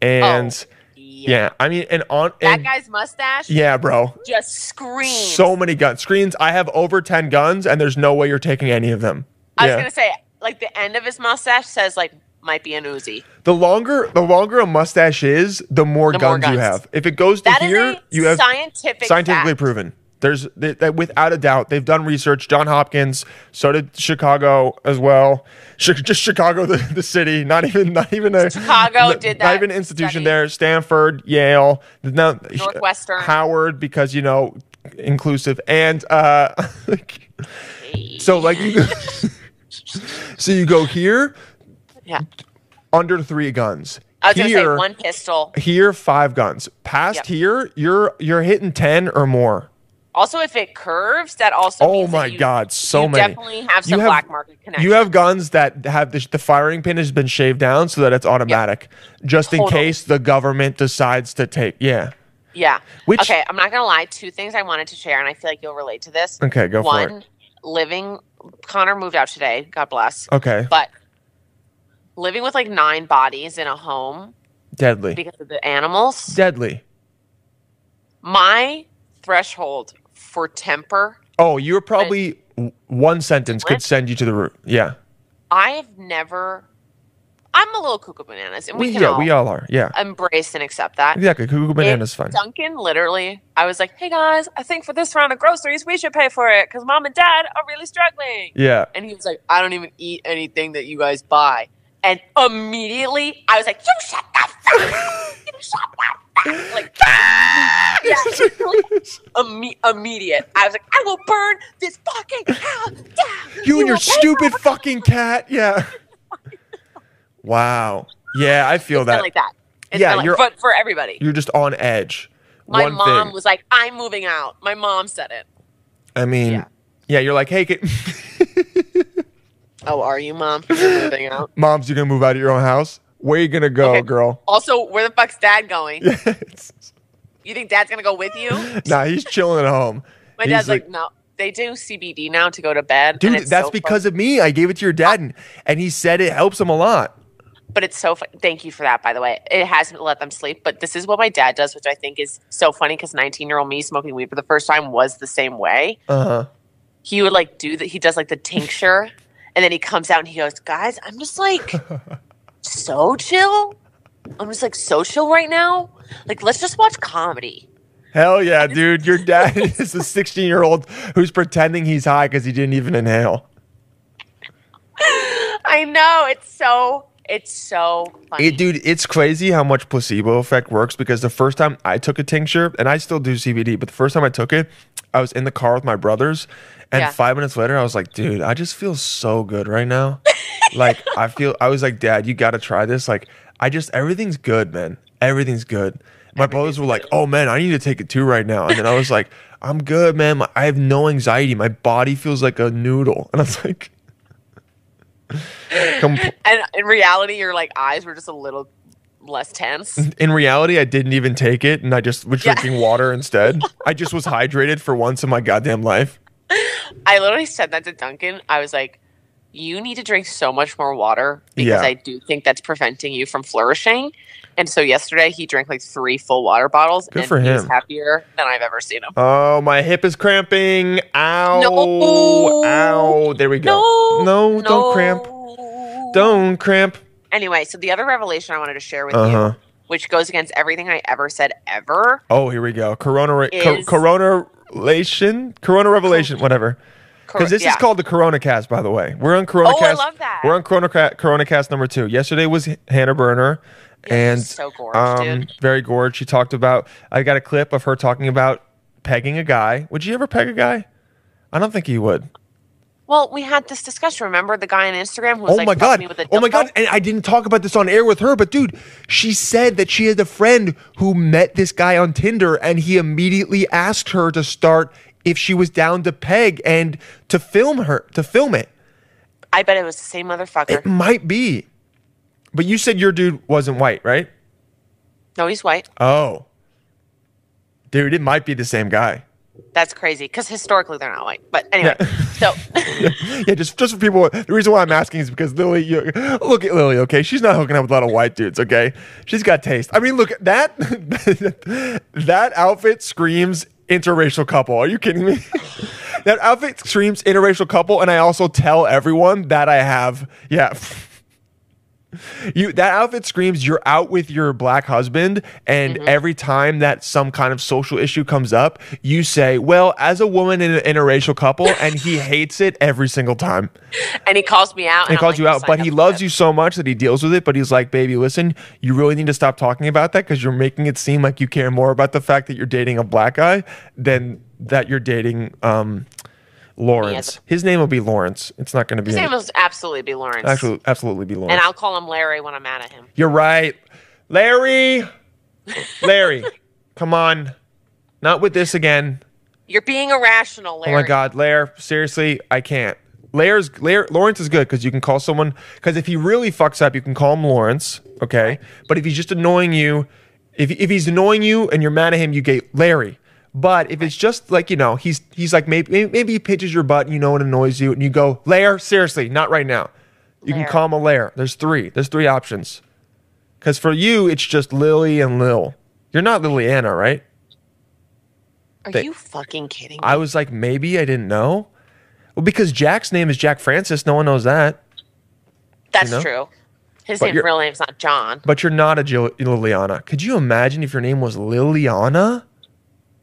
Speaker 5: and
Speaker 6: Oh,
Speaker 5: yeah. I mean, and on
Speaker 6: That
Speaker 5: and,
Speaker 6: guy's mustache
Speaker 5: yeah, bro,
Speaker 6: just screams.
Speaker 5: so many guns, screens. I have over ten guns, and there's no way you're taking any of them.
Speaker 6: I
Speaker 5: yeah.
Speaker 6: was gonna say, like the end of his mustache says, like might be an Uzi.
Speaker 5: the longer the longer a mustache is, the more,
Speaker 6: The more
Speaker 5: guns, you
Speaker 6: guns.
Speaker 5: have. If it goes to
Speaker 6: That is
Speaker 5: here,
Speaker 6: a
Speaker 5: you have
Speaker 6: scientific
Speaker 5: scientifically
Speaker 6: fact.
Speaker 5: proven. There's th- that without a doubt. They've done research. John Hopkins, so did Chicago as well. Chi- just Chicago, the, the city. Not even not even a
Speaker 6: Chicago
Speaker 5: n-
Speaker 6: did
Speaker 5: Not
Speaker 6: that
Speaker 5: even an institution
Speaker 6: study.
Speaker 5: there. Stanford, Yale, now
Speaker 6: Northwestern.
Speaker 5: Howard, because you know inclusive and uh, like- so like you. so you go here
Speaker 6: Yeah,
Speaker 5: under three guns.
Speaker 6: I was gonna say
Speaker 5: Here-
Speaker 6: one pistol.
Speaker 5: here five guns past
Speaker 6: Yep.
Speaker 5: here you're you're hitting 10 or more
Speaker 6: Also, if it curves, that also.
Speaker 5: oh
Speaker 6: means that
Speaker 5: my
Speaker 6: you-
Speaker 5: god so
Speaker 6: you
Speaker 5: many
Speaker 6: Definitely have
Speaker 5: You
Speaker 6: some black market connection.
Speaker 5: you have guns that have the, the firing pin has been shaved down so that it's automatic just in
Speaker 6: Totally.
Speaker 5: case the government decides to take yeah
Speaker 6: yeah.
Speaker 5: Which-
Speaker 6: okay, I'm not gonna lie. Two things I wanted to share, and I feel like you'll relate to this.
Speaker 5: Okay, go for
Speaker 6: One,
Speaker 5: it.
Speaker 6: living. Connor moved out today. God bless.
Speaker 5: okay
Speaker 6: But living with like nine bodies in a home
Speaker 5: deadly
Speaker 6: because of the animals.
Speaker 5: deadly
Speaker 6: my threshold for temper
Speaker 5: oh you're probably w- one sentence could
Speaker 6: What?
Speaker 5: send you to the root yeah
Speaker 6: i have never i'm a little cuckoo bananas and we,
Speaker 5: we,
Speaker 6: can
Speaker 5: yeah
Speaker 6: all
Speaker 5: we all are yeah
Speaker 6: embrace and accept that
Speaker 5: exactly cuckoo
Speaker 6: It-
Speaker 5: banana's fine
Speaker 6: duncan literally i was like hey guys i think for this round of groceries we should pay for it because mom and dad are really struggling
Speaker 5: yeah
Speaker 6: and he was like i don't even eat anything that you guys buy and immediately i was like you shut the fuck up you shut the fuck up." like yeah, literally imme- immediate i was like i will burn this fucking house down
Speaker 5: You and your
Speaker 6: will pay for
Speaker 5: stupid fucking cat. Yeah. Wow. Yeah, I feel
Speaker 6: It's been
Speaker 5: that.
Speaker 6: like that. It's
Speaker 5: Yeah,
Speaker 6: been like,
Speaker 5: you're-
Speaker 6: but for everybody.
Speaker 5: You're just on edge.
Speaker 6: My
Speaker 5: One
Speaker 6: mom
Speaker 5: thing.
Speaker 6: was like, "I'm moving out." My mom said it.
Speaker 5: I mean, yeah.
Speaker 6: Yeah.
Speaker 5: you're like, hey, kid,
Speaker 6: Oh, are you, mom? You're moving out.
Speaker 5: moms, you're gonna move out of your own house. Where you gonna go,
Speaker 6: Okay.
Speaker 5: girl?
Speaker 6: Also, where the fuck's dad going? You think dad's gonna go with you?
Speaker 5: nah, he's chilling at home.
Speaker 6: My
Speaker 5: He's
Speaker 6: dad's like, "No." They do CBD now to go to bed. and
Speaker 5: dude,
Speaker 6: it's
Speaker 5: that's
Speaker 6: so
Speaker 5: because
Speaker 6: fun.
Speaker 5: of me. I gave it to your dad, and, and he said it helps him a lot.
Speaker 6: But it's so. Fun. Thank you for that, by the way. It hasn't let them sleep, but this is what my dad does, which I think is so funny because 19 year old me smoking weed for the first time was the same way.
Speaker 5: Uh huh.
Speaker 6: he would like do that. He does like the tincture, and then he comes out and he goes, "Guys, I'm just like so chill. I'm just like so chill right now. Like let's just watch comedy."
Speaker 5: Hell yeah, dude. Your dad is a 16 year old who's pretending he's high because he didn't even inhale.
Speaker 6: I know it's so it's so funny.
Speaker 5: It, dude, it's crazy how much placebo effect works because the first time I took a tincture, and I still do CBD, but the first time I took it, I was in the car with my brothers, and
Speaker 6: Yeah.
Speaker 5: five minutes later, I was like, dude, I just feel so good right now. like, I feel, I was like, dad, you got to try this. Like, I just, everything's good, man. Everything's good. My brothers were like, oh man, I need to take it too right now. And then I was like, I'm good, man. My- I have no anxiety. My body feels like a noodle. And I was like, Compl-
Speaker 6: and in reality, your like eyes were just a little less tense.
Speaker 5: in reality, I didn't even take it, and I just was
Speaker 6: Yeah.
Speaker 5: drinking water instead. I just was hydrated for once in my goddamn life.
Speaker 6: I literally said that to Duncan. I was like, "You need to drink so much more water
Speaker 5: Yeah.
Speaker 6: because I do think that's preventing you from flourishing." And so yesterday, he drank like three full water bottles.
Speaker 5: Good
Speaker 6: and
Speaker 5: for
Speaker 6: He was
Speaker 5: him.
Speaker 6: happier than I've ever seen him.
Speaker 5: Oh, my hip is cramping. Ow.
Speaker 6: No.
Speaker 5: Ow. There we go.
Speaker 6: No,
Speaker 5: No, don't cramp. Don't cramp.
Speaker 6: Anyway, so the other revelation I wanted to share with
Speaker 5: Uh-huh.
Speaker 6: you, which goes against everything I ever said ever,
Speaker 5: Oh, here we go. Corona re- co-
Speaker 6: Is-
Speaker 5: corona relation, corona revelation, whatever. Because this
Speaker 6: yeah.
Speaker 5: is called the Corona Cast, by the way. We're on Corona
Speaker 6: Oh, I
Speaker 5: Cast.
Speaker 6: love that.
Speaker 5: We're on Corona Ca- Corona Cast number two. Yesterday was H- Hannah Berner, and
Speaker 6: she's so gorgeous, dude.
Speaker 5: Um, very gorgeous. She talked about. I got a clip of her talking about pegging a guy. Would you ever peg a guy? I don't think you would.
Speaker 6: Well, we had this discussion. Remember the guy on Instagram who was
Speaker 5: Oh
Speaker 6: like,
Speaker 5: my
Speaker 6: "Fuck
Speaker 5: god!
Speaker 6: me with a
Speaker 5: Oh my
Speaker 6: dildo?"
Speaker 5: god! And I didn't talk about this on air with her, but dude, she said that she had a friend who met this guy on Tinder, and he immediately asked her to start if she was down to peg and to film her to film it.
Speaker 6: I bet it was the same motherfucker.
Speaker 5: It might be. But you said your dude wasn't white, right?
Speaker 6: no, he's white.
Speaker 5: Oh. Dude, it might be the same guy.
Speaker 6: That's crazy because historically they're not white. But anyway, so
Speaker 5: Yeah, just just for people. The reason why I'm asking is because Lily, you, look at Lily. Okay, she's not hooking up with a lot of white dudes. Okay, she's got taste. I mean, look that that outfit screams interracial couple. Are you kidding me? that outfit screams interracial couple, and I also tell everyone that I have. Yeah. You that outfit screams you're out with your black husband, and every time that some kind of social issue comes up, you say, "Well, as a woman in an interracial couple," and he hates it every single time.
Speaker 6: and he calls me out.
Speaker 5: He
Speaker 6: and I'm
Speaker 5: calls
Speaker 6: like,
Speaker 5: you
Speaker 6: "I'll
Speaker 5: out,
Speaker 6: sign
Speaker 5: but
Speaker 6: up
Speaker 5: he
Speaker 6: for
Speaker 5: loves
Speaker 6: that."
Speaker 5: you so much that he deals with it. But he's like, "Baby, listen, you really need to stop talking about that because you're making it seem like you care more about the fact that you're dating a black guy than that you're dating um, Lawrence. His name will be Lawrence. It's not going to be
Speaker 6: His
Speaker 5: any-
Speaker 6: name will absolutely be Lawrence.
Speaker 5: actually absolutely be Lawrence.
Speaker 6: and I'll call him Larry when I'm mad at him.
Speaker 5: You're right. Larry. Larry. come on. Not with this again.
Speaker 6: You're being irrational, Larry.
Speaker 5: Oh my god, Lair, seriously, I can't. Lair's Lair Lawrence is good because you can call someone because if he really fucks up, you can call him Lawrence. Okay. But if he's just annoying you, if if he's annoying you and you're mad at him, you get Larry. But if it's just like, you know, he's he's like maybe maybe he pitches your butt and you know it annoys you and you go, Lair, seriously, not right now. You
Speaker 6: Lair.
Speaker 5: can call him a Lair. There's three. There's three options. Cause for you, it's just Lily and Lil. You're not Liliana, right?
Speaker 6: Are
Speaker 5: They-
Speaker 6: you fucking kidding? me?
Speaker 5: I was like, maybe I didn't know. Well, because Jack's name is Jack Francis. No one knows that.
Speaker 6: That's
Speaker 5: know?
Speaker 6: true. His
Speaker 5: But
Speaker 6: name,
Speaker 5: you're-
Speaker 6: real name's not John.
Speaker 5: But you're not a Jil- Liliana. Could you imagine if your name was Liliana?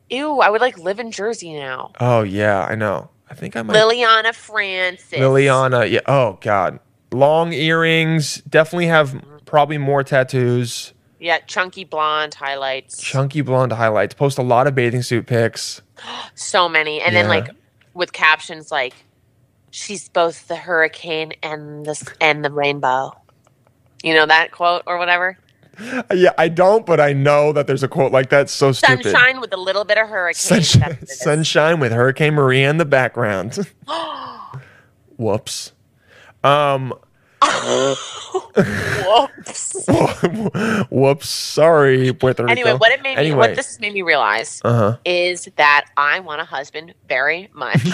Speaker 6: Ew, I would like live in Jersey now.
Speaker 5: Oh, yeah, I know. I think I might.
Speaker 6: Liliana Francis.
Speaker 5: Liliana. Yeah. Oh, God. Long earrings. Definitely have probably more tattoos.
Speaker 6: Yeah, chunky blonde highlights.
Speaker 5: Chunky blonde highlights. Post a lot of bathing suit pics.
Speaker 6: so many. And then
Speaker 5: Yeah.
Speaker 6: like with captions like she's both the hurricane and the s- and the rainbow. You know that quote or whatever?
Speaker 5: Yeah, I don't, but I know that there's a quote like that. So stupid.
Speaker 6: Sunshine with a little bit of hurricane. That's what
Speaker 5: Sunshine,
Speaker 6: it is.
Speaker 5: sunshine with Hurricane Maria in the background. Whoops. Um,
Speaker 6: Whoops.
Speaker 5: whoops. Sorry, Puerto Rico.
Speaker 6: Anyway, what it made me
Speaker 5: Anyway,
Speaker 6: what this made me realize
Speaker 5: Uh-huh.
Speaker 6: is that I want a husband very much.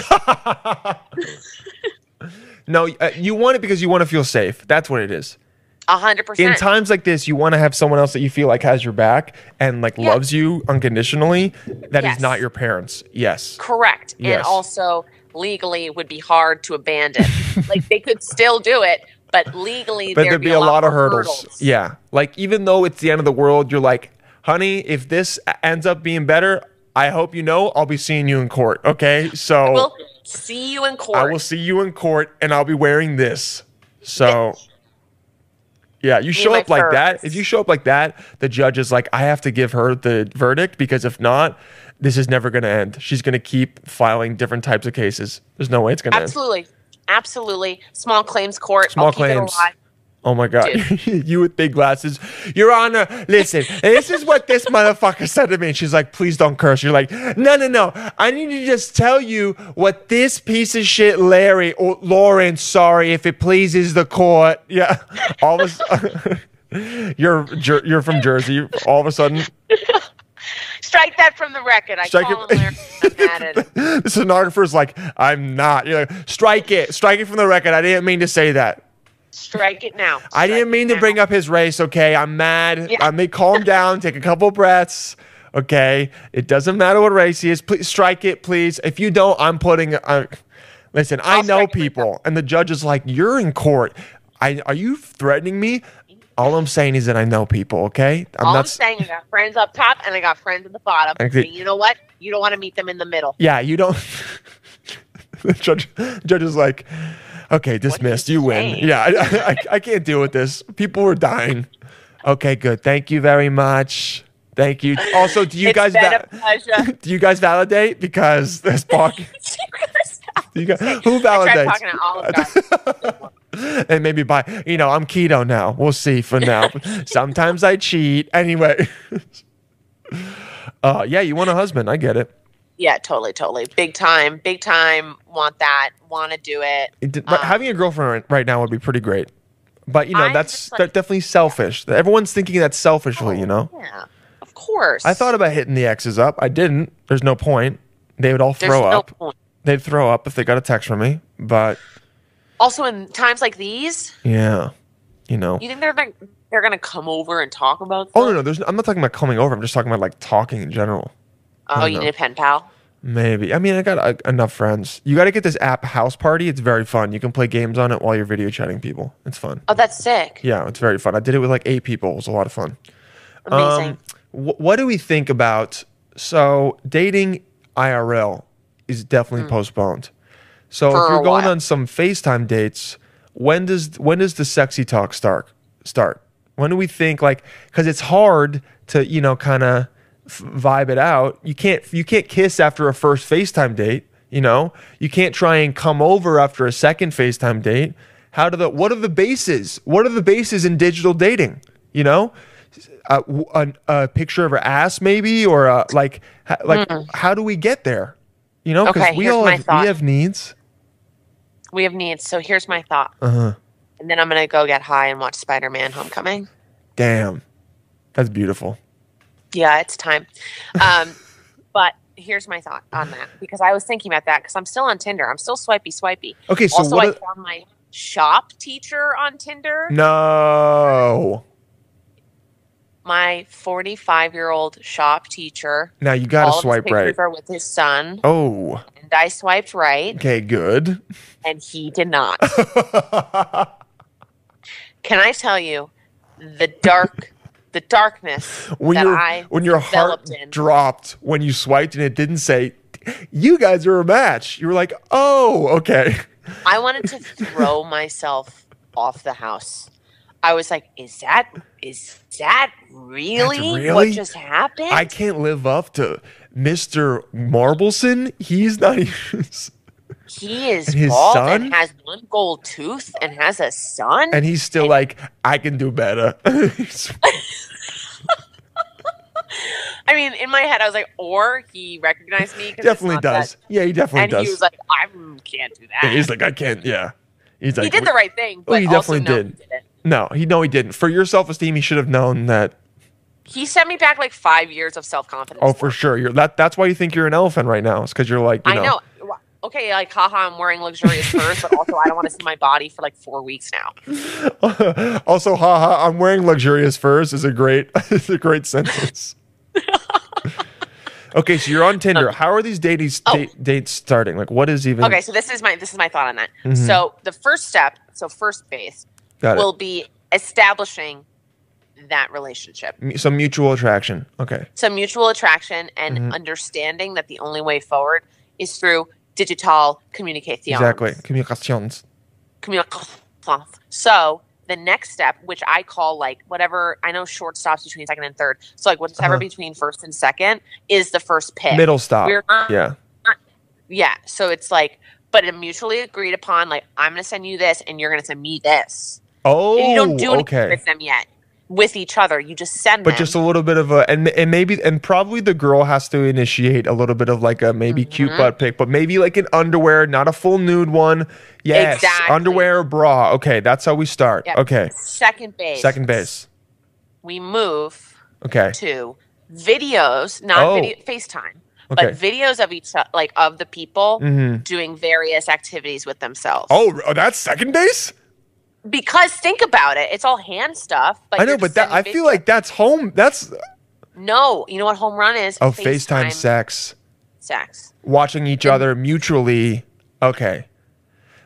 Speaker 5: No, uh, you want it because you want to feel safe. That's what it is.
Speaker 6: A hundred
Speaker 5: In
Speaker 6: percent.
Speaker 5: times like this, you want to have someone else that you feel like has your back and like
Speaker 6: Yeah.
Speaker 5: loves you unconditionally. That is
Speaker 6: Yes.
Speaker 5: not your parents. Yes.
Speaker 6: Correct. And
Speaker 5: Yes.
Speaker 6: also legally would be hard to abandon. like they could still do it, but legally
Speaker 5: but there'd be, a lot, of
Speaker 6: more
Speaker 5: hurdles. Yeah. Like even though it's the end of the world, you're like, honey, if this ends e, up being better, I hope you know I'll be seeing you in court. Okay, so
Speaker 6: We'll see you in court.
Speaker 5: I will see you in court, and I'll be wearing this. So, yeah, you show
Speaker 6: my
Speaker 5: up like that.
Speaker 6: purse.
Speaker 5: If you show up like that, the judge is like, I have to give her the verdict because if not, this is never going to end. She's going to keep filing different types of cases. There's no way it's going to end.
Speaker 6: Absolutely. Absolutely. Small claims court.
Speaker 5: Small
Speaker 6: I'll
Speaker 5: claims.
Speaker 6: Keep it alive.
Speaker 5: Oh my God. you with big glasses. Your Honor, listen, this is what this motherfucker said to me. And she's like, please don't curse. You're like, no, no, no. I need to just tell you what this piece of shit, Larry, or Lauren, sorry, if it pleases the court. Yeah. All of a sudden, you're, Jer- you're from Jersey. All of a sudden,
Speaker 6: Strike that from the record. I
Speaker 5: Strike
Speaker 6: call
Speaker 5: it-
Speaker 6: him Larry. I'm mad at him.
Speaker 5: the stenographer's like, I'm not. You're like, strike it. Strike it from the record. I didn't mean to say that.
Speaker 6: Strike it now.
Speaker 5: I didn't mean to bring up his race, okay? I'm mad.
Speaker 6: Yeah.
Speaker 5: I may calm down, take a couple breaths, okay? It doesn't matter what race he is. Please strike it, please. If you don't, I'm putting. Uh, listen, i know
Speaker 6: I'll strike it myself.
Speaker 5: people, and the judge is like, "You're in court. I are you threatening me?" All I'm saying is that I know people, okay? I'm
Speaker 6: All
Speaker 5: not.
Speaker 6: I'm
Speaker 5: s-
Speaker 6: saying, I got friends up top and I got friends at the bottom.
Speaker 5: I see.
Speaker 6: And you know what? You don't want to meet them in the middle.
Speaker 5: yeah, you don't. the judge, judge is like, "Okay, dismissed. You win."
Speaker 6: saying?
Speaker 5: Yeah, I, I, I can't deal with this. People are dying. Okay, good. Thank you very much. Thank you. Also, do you
Speaker 6: It's
Speaker 5: guys
Speaker 6: been
Speaker 5: va-
Speaker 6: a pleasure.
Speaker 5: do you guys validate? Because this block, you guys, who
Speaker 6: I tried
Speaker 5: validates?
Speaker 6: talking to Olive Garden.
Speaker 5: and maybe by you know, I'm keto now. We'll see for now. Sometimes I cheat. Anyway, uh, yeah, you want a husband? I get it.
Speaker 6: Yeah, totally, totally. Big time, big time. Want that. Want to do it.
Speaker 5: It did- but
Speaker 6: Um,
Speaker 5: having a girlfriend right now would be pretty great. But you know,
Speaker 6: I'm
Speaker 5: that's
Speaker 6: just like-
Speaker 5: that definitely selfish. Everyone's thinking that selfishly. you know,
Speaker 6: Yeah, of course.
Speaker 5: I thought about hitting the exes up. I didn't. There's no point. They would all
Speaker 6: There's
Speaker 5: throw
Speaker 6: no
Speaker 5: up.
Speaker 6: point.
Speaker 5: They'd throw up if they got a text from me. But
Speaker 6: Also, in times like these,
Speaker 5: yeah, you know.
Speaker 6: you think they're gonna, they're gonna come over and talk about?
Speaker 5: Oh no,
Speaker 6: stuff?
Speaker 5: no. There's. I'm not talking about coming over. I'm just talking about like talking in general.
Speaker 6: Oh, you
Speaker 5: no.
Speaker 6: need a pen pal.
Speaker 5: Maybe. I mean, I got uh, enough friends. You got to get this app House Party. It's very fun. You can play games on it while you're video chatting people. It's fun.
Speaker 6: Oh, that's sick.
Speaker 5: Yeah, it's very fun. I did it with like eight people. It was a lot of fun. um,
Speaker 6: Amazing.
Speaker 5: wh- what do we think about? So dating IRL is definitely postponed. So
Speaker 6: For
Speaker 5: if you're
Speaker 6: a
Speaker 5: going
Speaker 6: while.
Speaker 5: on some FaceTime dates, when does when does the sexy talk start? Start. When do we think like? Because it's hard to you know kind of f- vibe it out. You can't you can't kiss after a first FaceTime date. You know you can't try and come over after a second FaceTime date. How do the what are the bases? What are the bases in digital dating? You know, a, w- an- a picture of her ass maybe or a, like h- like how do we get there you know because
Speaker 6: Hmm. Okay,
Speaker 5: we
Speaker 6: here's
Speaker 5: all
Speaker 6: my
Speaker 5: have, we
Speaker 6: thought.
Speaker 5: have needs
Speaker 6: We have needs. So here's my thought.
Speaker 5: Uh-huh.
Speaker 6: And then I'm gonna go get high and watch Spider Man Homecoming.
Speaker 5: damn that's beautiful
Speaker 6: Yeah, it's time. Um, but here's my thought on that because I was thinking about that because I'm still on Tinder. I'm still swipey swipey.
Speaker 5: Okay, so
Speaker 6: also
Speaker 5: what
Speaker 6: I
Speaker 5: are-
Speaker 6: found my shop teacher on Tinder.
Speaker 5: no
Speaker 6: My 45 year old shop teacher.
Speaker 5: now you gotta
Speaker 6: All of his
Speaker 5: swipe
Speaker 6: pictures
Speaker 5: right
Speaker 6: Are with his son,
Speaker 5: oh
Speaker 6: and I swiped right,
Speaker 5: okay good
Speaker 6: and he did not. Can I tell you the dark, the darkness
Speaker 5: when
Speaker 6: that
Speaker 5: your
Speaker 6: I
Speaker 5: when your heart
Speaker 6: developed in?
Speaker 5: dropped when you swiped and it didn't say you guys are a match you were like oh okay
Speaker 6: I wanted to throw myself off the house. I was like, "Is that is that really, what
Speaker 5: really?
Speaker 6: just happened?"
Speaker 5: I can't live up to Mr. Marbleson. He's not even.
Speaker 6: he is
Speaker 5: and his
Speaker 6: bald
Speaker 5: son?
Speaker 6: and has one gold tooth and has a son.
Speaker 5: and he's still like, I can do better.
Speaker 6: I mean, in my head, I was like, "Or he recognized me." 'cause it's
Speaker 5: definitely
Speaker 6: not that-
Speaker 5: does. Yeah, he definitely
Speaker 6: and
Speaker 5: does.
Speaker 6: he was like, "I can't do that."
Speaker 5: Yeah, he's like, I can't. Yeah, he's like,
Speaker 6: he did the right thing,
Speaker 5: Oh,
Speaker 6: but
Speaker 5: he
Speaker 6: also
Speaker 5: definitely
Speaker 6: no,
Speaker 5: did.
Speaker 6: he didn't.
Speaker 5: no, he no, he didn't. For your self esteem, he should have known that.
Speaker 6: He sent me back like five years of self confidence.
Speaker 5: Oh, for sure. You're that. That's why you think you're an elephant right now. It's because you're like, you
Speaker 6: I know. Okay, like, haha, I'm wearing luxurious furs, but also I don't want to see my body for like four weeks now.
Speaker 5: also, haha, I'm wearing luxurious furs is a great, is a great sentence. okay, so you're on Tinder. How are these dates
Speaker 6: Oh.
Speaker 5: date, dates starting? Like, what is even?
Speaker 6: Okay, so this is my this is my thought on that. So the first step, so first base,
Speaker 5: Mm-hmm. Got it.
Speaker 6: will be establishing that relationship.
Speaker 5: M- Some mutual attraction. Okay.
Speaker 6: So mutual attraction and
Speaker 5: Mhm.
Speaker 6: understanding that the only way forward is through digital communication.
Speaker 5: Exactly. Communications.
Speaker 6: Communication. So the next step, which I call like whatever I know, short stops between second and third. So like whatever
Speaker 5: Uh-huh.
Speaker 6: between first and second is the first pick.
Speaker 5: Middle stop.
Speaker 6: We're not
Speaker 5: Uh, Yeah.
Speaker 6: Yeah. So it's like, but it mutually agreed upon. Like, I'm going to send you this, and you're going to send me this.
Speaker 5: Oh.
Speaker 6: and you don't do anything
Speaker 5: okay.
Speaker 6: with them yet, with each other. You just send
Speaker 5: but
Speaker 6: them.
Speaker 5: just a little bit of a and and maybe and probably the girl has to initiate a little bit of like a maybe cute
Speaker 6: Mhm.
Speaker 5: butt pic, but maybe like an underwear, not a full nude one. Yes,
Speaker 6: Exactly.
Speaker 5: underwear or bra. Okay, that's how we start.
Speaker 6: Yep.
Speaker 5: Okay,
Speaker 6: second base.
Speaker 5: second base.
Speaker 6: We move
Speaker 5: Okay,
Speaker 6: to videos, not
Speaker 5: Oh.
Speaker 6: video, FaceTime, but
Speaker 5: okay.
Speaker 6: videos of each o- like of the people
Speaker 5: hmm
Speaker 6: doing various activities with themselves.
Speaker 5: Oh, oh, that's second base.
Speaker 6: because think about it, it's all hand stuff. But
Speaker 5: I know,
Speaker 6: you're
Speaker 5: but
Speaker 6: just
Speaker 5: that I
Speaker 6: sending
Speaker 5: feel
Speaker 6: video-
Speaker 5: like that's home. That's
Speaker 6: no. You know what home run is?
Speaker 5: oh, FaceTime, sex,
Speaker 6: sex.
Speaker 5: watching each other mutually. Okay,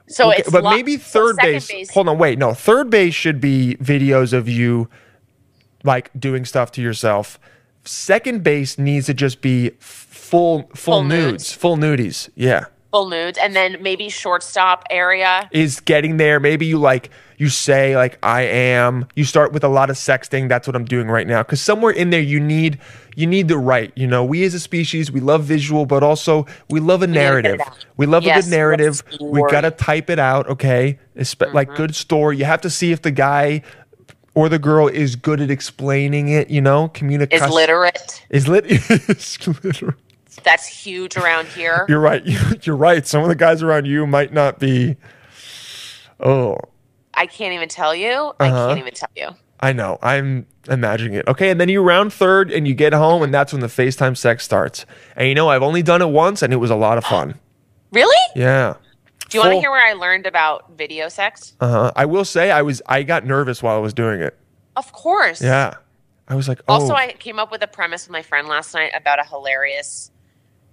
Speaker 6: So
Speaker 5: Okay,
Speaker 6: it's
Speaker 5: but
Speaker 6: lo-
Speaker 5: maybe
Speaker 6: so
Speaker 5: third
Speaker 6: second
Speaker 5: base, Hold on, wait. No, third base should be videos of you like doing stuff to yourself. Second base needs to just be f- full full,
Speaker 6: Full
Speaker 5: nudes,
Speaker 6: nudes.
Speaker 5: full nudies. Yeah.
Speaker 6: full nudes, and then maybe shortstop area.
Speaker 5: Is getting there. Maybe you like you say like I am. You start with a lot of sexting. That's what I'm doing right now cuz somewhere in there you need you need the right. You know, we as a species, we love visual, but also we love a
Speaker 6: gotta get it
Speaker 5: narrative.
Speaker 6: out.
Speaker 5: We love a good
Speaker 6: Yes, we love
Speaker 5: narrative. We
Speaker 6: story.
Speaker 5: got to type it out, okay? Espe-
Speaker 6: Mm-hmm.
Speaker 5: Like good story. You have to see if the guy or the girl is good at explaining it, you know? Communication
Speaker 6: Is literate.
Speaker 5: Is lit is literate.
Speaker 6: That's huge around here.
Speaker 5: You're right. You're right. Some of the guys around you might not be Oh,
Speaker 6: I can't even tell you. I
Speaker 5: Uh-huh.
Speaker 6: can't even tell you.
Speaker 5: I know. I'm imagining it. Okay, and then you round third and you get home and that's when the FaceTime sex starts. And you know, I've only done it once and it was a lot
Speaker 6: Ah.
Speaker 5: of fun.
Speaker 6: Really?
Speaker 5: Yeah.
Speaker 6: Do you want to
Speaker 5: Full-
Speaker 6: hear where I learned about video sex?
Speaker 5: Uh-huh. I will say I was I got nervous while I was doing it.
Speaker 6: Of course.
Speaker 5: Yeah. I was like, oh.
Speaker 6: Also, I came up with a premise with my friend last night about a hilarious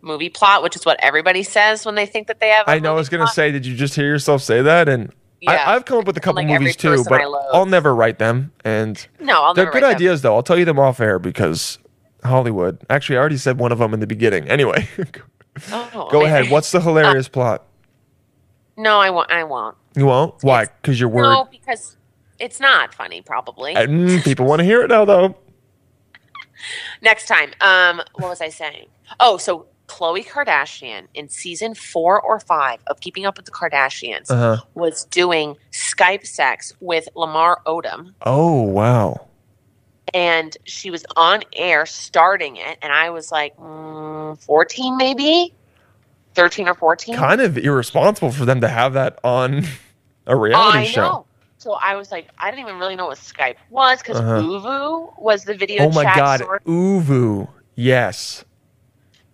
Speaker 6: movie plot, which is what everybody says when they think that they have. I
Speaker 5: I know I was gonna say, did you just hear yourself say that? And
Speaker 6: Yeah.
Speaker 5: I, I've come up with a couple
Speaker 6: Like every
Speaker 5: movies too,
Speaker 6: person
Speaker 5: but
Speaker 6: I love.
Speaker 5: I'll never write them. And
Speaker 6: No, I'll
Speaker 5: they're
Speaker 6: never
Speaker 5: good
Speaker 6: write them.
Speaker 5: ideas, though. I'll tell you them off air because Hollywood. Actually, I already said one of them in the beginning. Anyway,
Speaker 6: Oh,
Speaker 5: go
Speaker 6: amazing.
Speaker 5: ahead. What's the
Speaker 6: Uh,
Speaker 5: hilarious plot?
Speaker 6: No, I won't. I won't.
Speaker 5: You won't? Why? Because you're worried.
Speaker 6: No, because it's not funny. Probably.
Speaker 5: Mm, people want to hear it now, though.
Speaker 6: Next time. Um, what was I saying? Oh, so Khloe Kardashian in season four or five of Keeping Up with the Kardashians
Speaker 5: Uh-huh.
Speaker 6: was doing Skype sex with Lamar Odom,
Speaker 5: Oh wow.
Speaker 6: and she was on air starting it, and I was like, mm, fourteen maybe, thirteen or fourteen.
Speaker 5: Kind of irresponsible for them to have that on a reality
Speaker 6: Oh, I
Speaker 5: show.
Speaker 6: know. So I was like, I didn't even really know what Skype was because
Speaker 5: Uh-huh.
Speaker 6: Uvu was the video
Speaker 5: Oh my
Speaker 6: chat
Speaker 5: god.
Speaker 6: sort
Speaker 5: Uvu. Yes.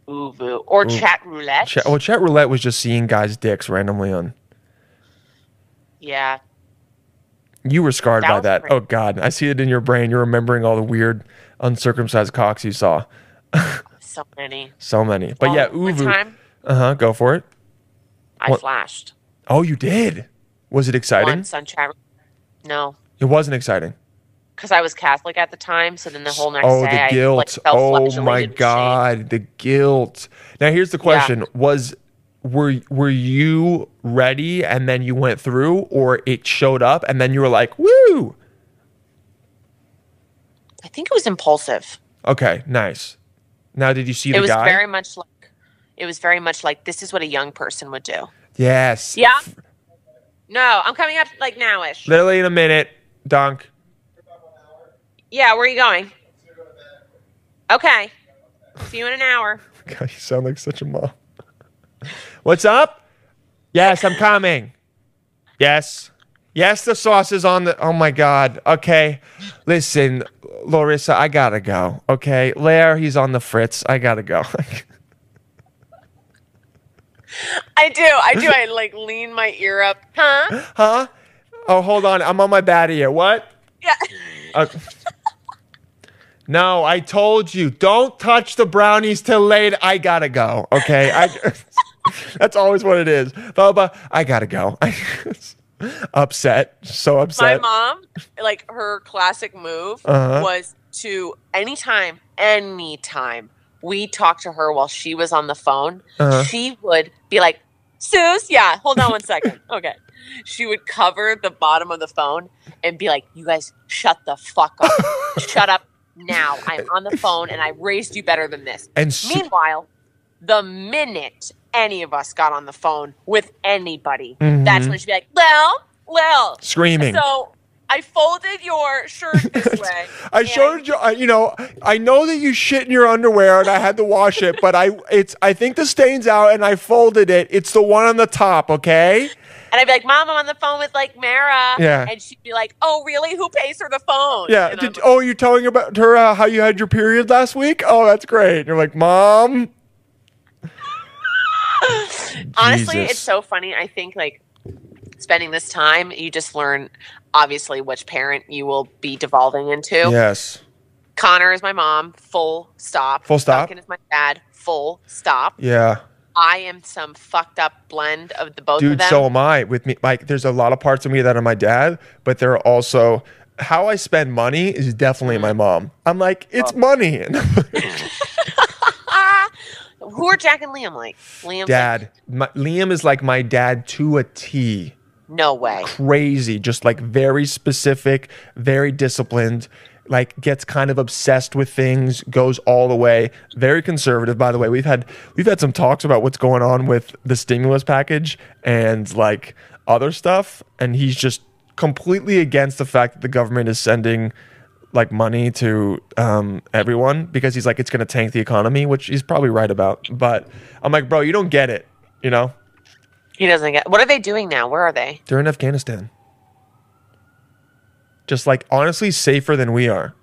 Speaker 6: Uvu or
Speaker 5: Ooh.
Speaker 6: chat roulette.
Speaker 5: Chat, oh. well, chat roulette was just seeing guys' dicks randomly on.
Speaker 6: yeah,
Speaker 5: You were scarred
Speaker 6: That
Speaker 5: by
Speaker 6: was
Speaker 5: that.
Speaker 6: great.
Speaker 5: Oh God, I see it in your brain. You're remembering all the weird uncircumcised cocks you saw.
Speaker 6: so many.
Speaker 5: So many. But
Speaker 6: Oh,
Speaker 5: yeah,
Speaker 6: one
Speaker 5: Uvu.
Speaker 6: time,
Speaker 5: Uh huh. Go for it.
Speaker 6: I
Speaker 5: What-
Speaker 6: flashed
Speaker 5: Oh, you did. Was it exciting?
Speaker 6: once on chat. No,
Speaker 5: It wasn't exciting.
Speaker 6: because I was Catholic at the time. So then the whole next
Speaker 5: oh,
Speaker 6: day,
Speaker 5: the
Speaker 6: I, like,
Speaker 5: guilt.
Speaker 6: felt
Speaker 5: oh
Speaker 6: flagellated
Speaker 5: my
Speaker 6: with shame.
Speaker 5: God, the guilt. Now here's the question: Was were were you ready and then you went through, or it showed up and then you were like, woo?
Speaker 6: I think it was impulsive.
Speaker 5: Okay, nice. Now did you see
Speaker 6: it
Speaker 5: the
Speaker 6: was
Speaker 5: guy?
Speaker 6: very much like it was very much like this is what a young person would do.
Speaker 5: yes.
Speaker 6: Yeah. No, I'm coming up like nowish.
Speaker 5: Literally in a minute, Donk.
Speaker 6: Yeah, where are you going? Okay. See you in an hour.
Speaker 5: God, you sound like such a mom. What's up? Yes, I'm coming. Yes. Yes, the sauce is on the. Oh my God. Okay. Listen, Larissa, I gotta go. Okay. Lair, he's on the fritz. I gotta go.
Speaker 6: I do. I do. I like lean my ear up. Huh?
Speaker 5: huh? Oh, hold on. I'm on my bad ear. What?
Speaker 6: Yeah.
Speaker 5: Uh, no, I told you, don't touch the brownies till late. I gotta go. Okay. I, that's always what it is. Bubba, I gotta go. upset, so
Speaker 6: My
Speaker 5: upset.
Speaker 6: mom, like her classic move
Speaker 5: Uh-huh.
Speaker 6: was to anytime, anytime we talked to her while she was on the phone,
Speaker 5: Uh-huh.
Speaker 6: she would be like, Suze, yeah, hold on one second. Okay. She would cover the bottom of the phone and be like, You guys shut the fuck up. shut up now. I'm on the phone and I raised you better than this.
Speaker 5: and su-
Speaker 6: Meanwhile, the minute any of us got on the phone with anybody, that's
Speaker 5: Mm-hmm.
Speaker 6: when she'd be like, Well, well,
Speaker 5: screaming.
Speaker 6: so I folded your shirt this way.
Speaker 5: I
Speaker 6: and
Speaker 5: showed you. I- You know, I know that you shit in your underwear, and I had to wash it. But I, it's. I think the stains out, and I folded it. It's the one on the top. Okay.
Speaker 6: And I'd be like, Mom, I'm on the phone with like Mara.
Speaker 5: Yeah.
Speaker 6: And she'd be like, Oh, really? Who pays her the phone?
Speaker 5: Yeah.
Speaker 6: And I'm
Speaker 5: Did, oh, you're telling about her uh, how you had your period last week. Oh, that's great. You're like, mom.
Speaker 6: honestly
Speaker 5: Jesus.
Speaker 6: it's so funny i think like spending this time you just learn obviously which parent you will be devolving into
Speaker 5: Yes.
Speaker 6: connor is my mom full stop
Speaker 5: Full stop.
Speaker 6: Duncan is my dad full stop
Speaker 5: Yeah.
Speaker 6: i am some fucked up blend of the both of
Speaker 5: Dude,
Speaker 6: them
Speaker 5: so am I. With me, like, there's a lot of parts of me that are my dad, but there are also how I spend money is definitely
Speaker 6: Mm-hmm.
Speaker 5: my mom. I'm like, it's money. And I'm like,
Speaker 6: ah, who are jack and liam like liam
Speaker 5: dad, my, Liam is like my dad to a T.
Speaker 6: no way
Speaker 5: Crazy, just like very specific, very disciplined. Like gets kind of obsessed with things, goes all the way. Very conservative, by the way. We've had we've had some talks about what's going on with the stimulus package and like other stuff, and he's just completely against the fact that the government is sending like money to um, everyone because he's like it's going to tank the economy, which he's probably right about. But I'm like, bro, you don't get it, you know?
Speaker 6: he doesn't get what are they doing now where are they
Speaker 5: They're in Afghanistan. Just like honestly safer than we are.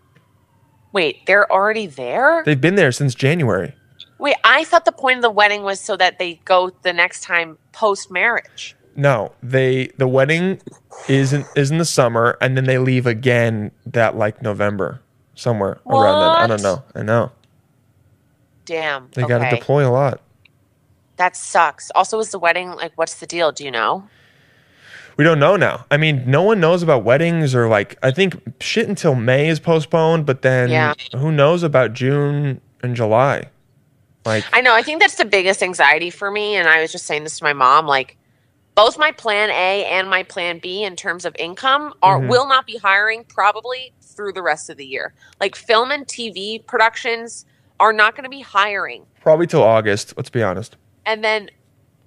Speaker 6: wait they're already there
Speaker 5: They've been there since January.
Speaker 6: wait i thought the point of the wedding was so that they go the next time post-marriage
Speaker 5: No, they the wedding isn't is in the summer and then they leave again that like November somewhere around then. I don't know.
Speaker 6: What?
Speaker 5: I know.
Speaker 6: Damn.
Speaker 5: They got
Speaker 6: okay.
Speaker 5: to deploy a lot.
Speaker 6: That sucks. Also, is the wedding like? What's the deal? Do you know?
Speaker 5: We don't know now. I mean, no one knows about weddings or like I think shit until May is postponed, but then
Speaker 6: Yeah.
Speaker 5: who knows about June and July? Like
Speaker 6: I know. I think that's the biggest anxiety for me. And I was just saying this to my mom. Like, both my plan A and my plan B in terms of income are
Speaker 5: Mm-hmm.
Speaker 6: will not be hiring probably through the rest of the year. Like, film and TV productions are not going to be hiring.
Speaker 5: probably till August, let's be honest.
Speaker 6: And then,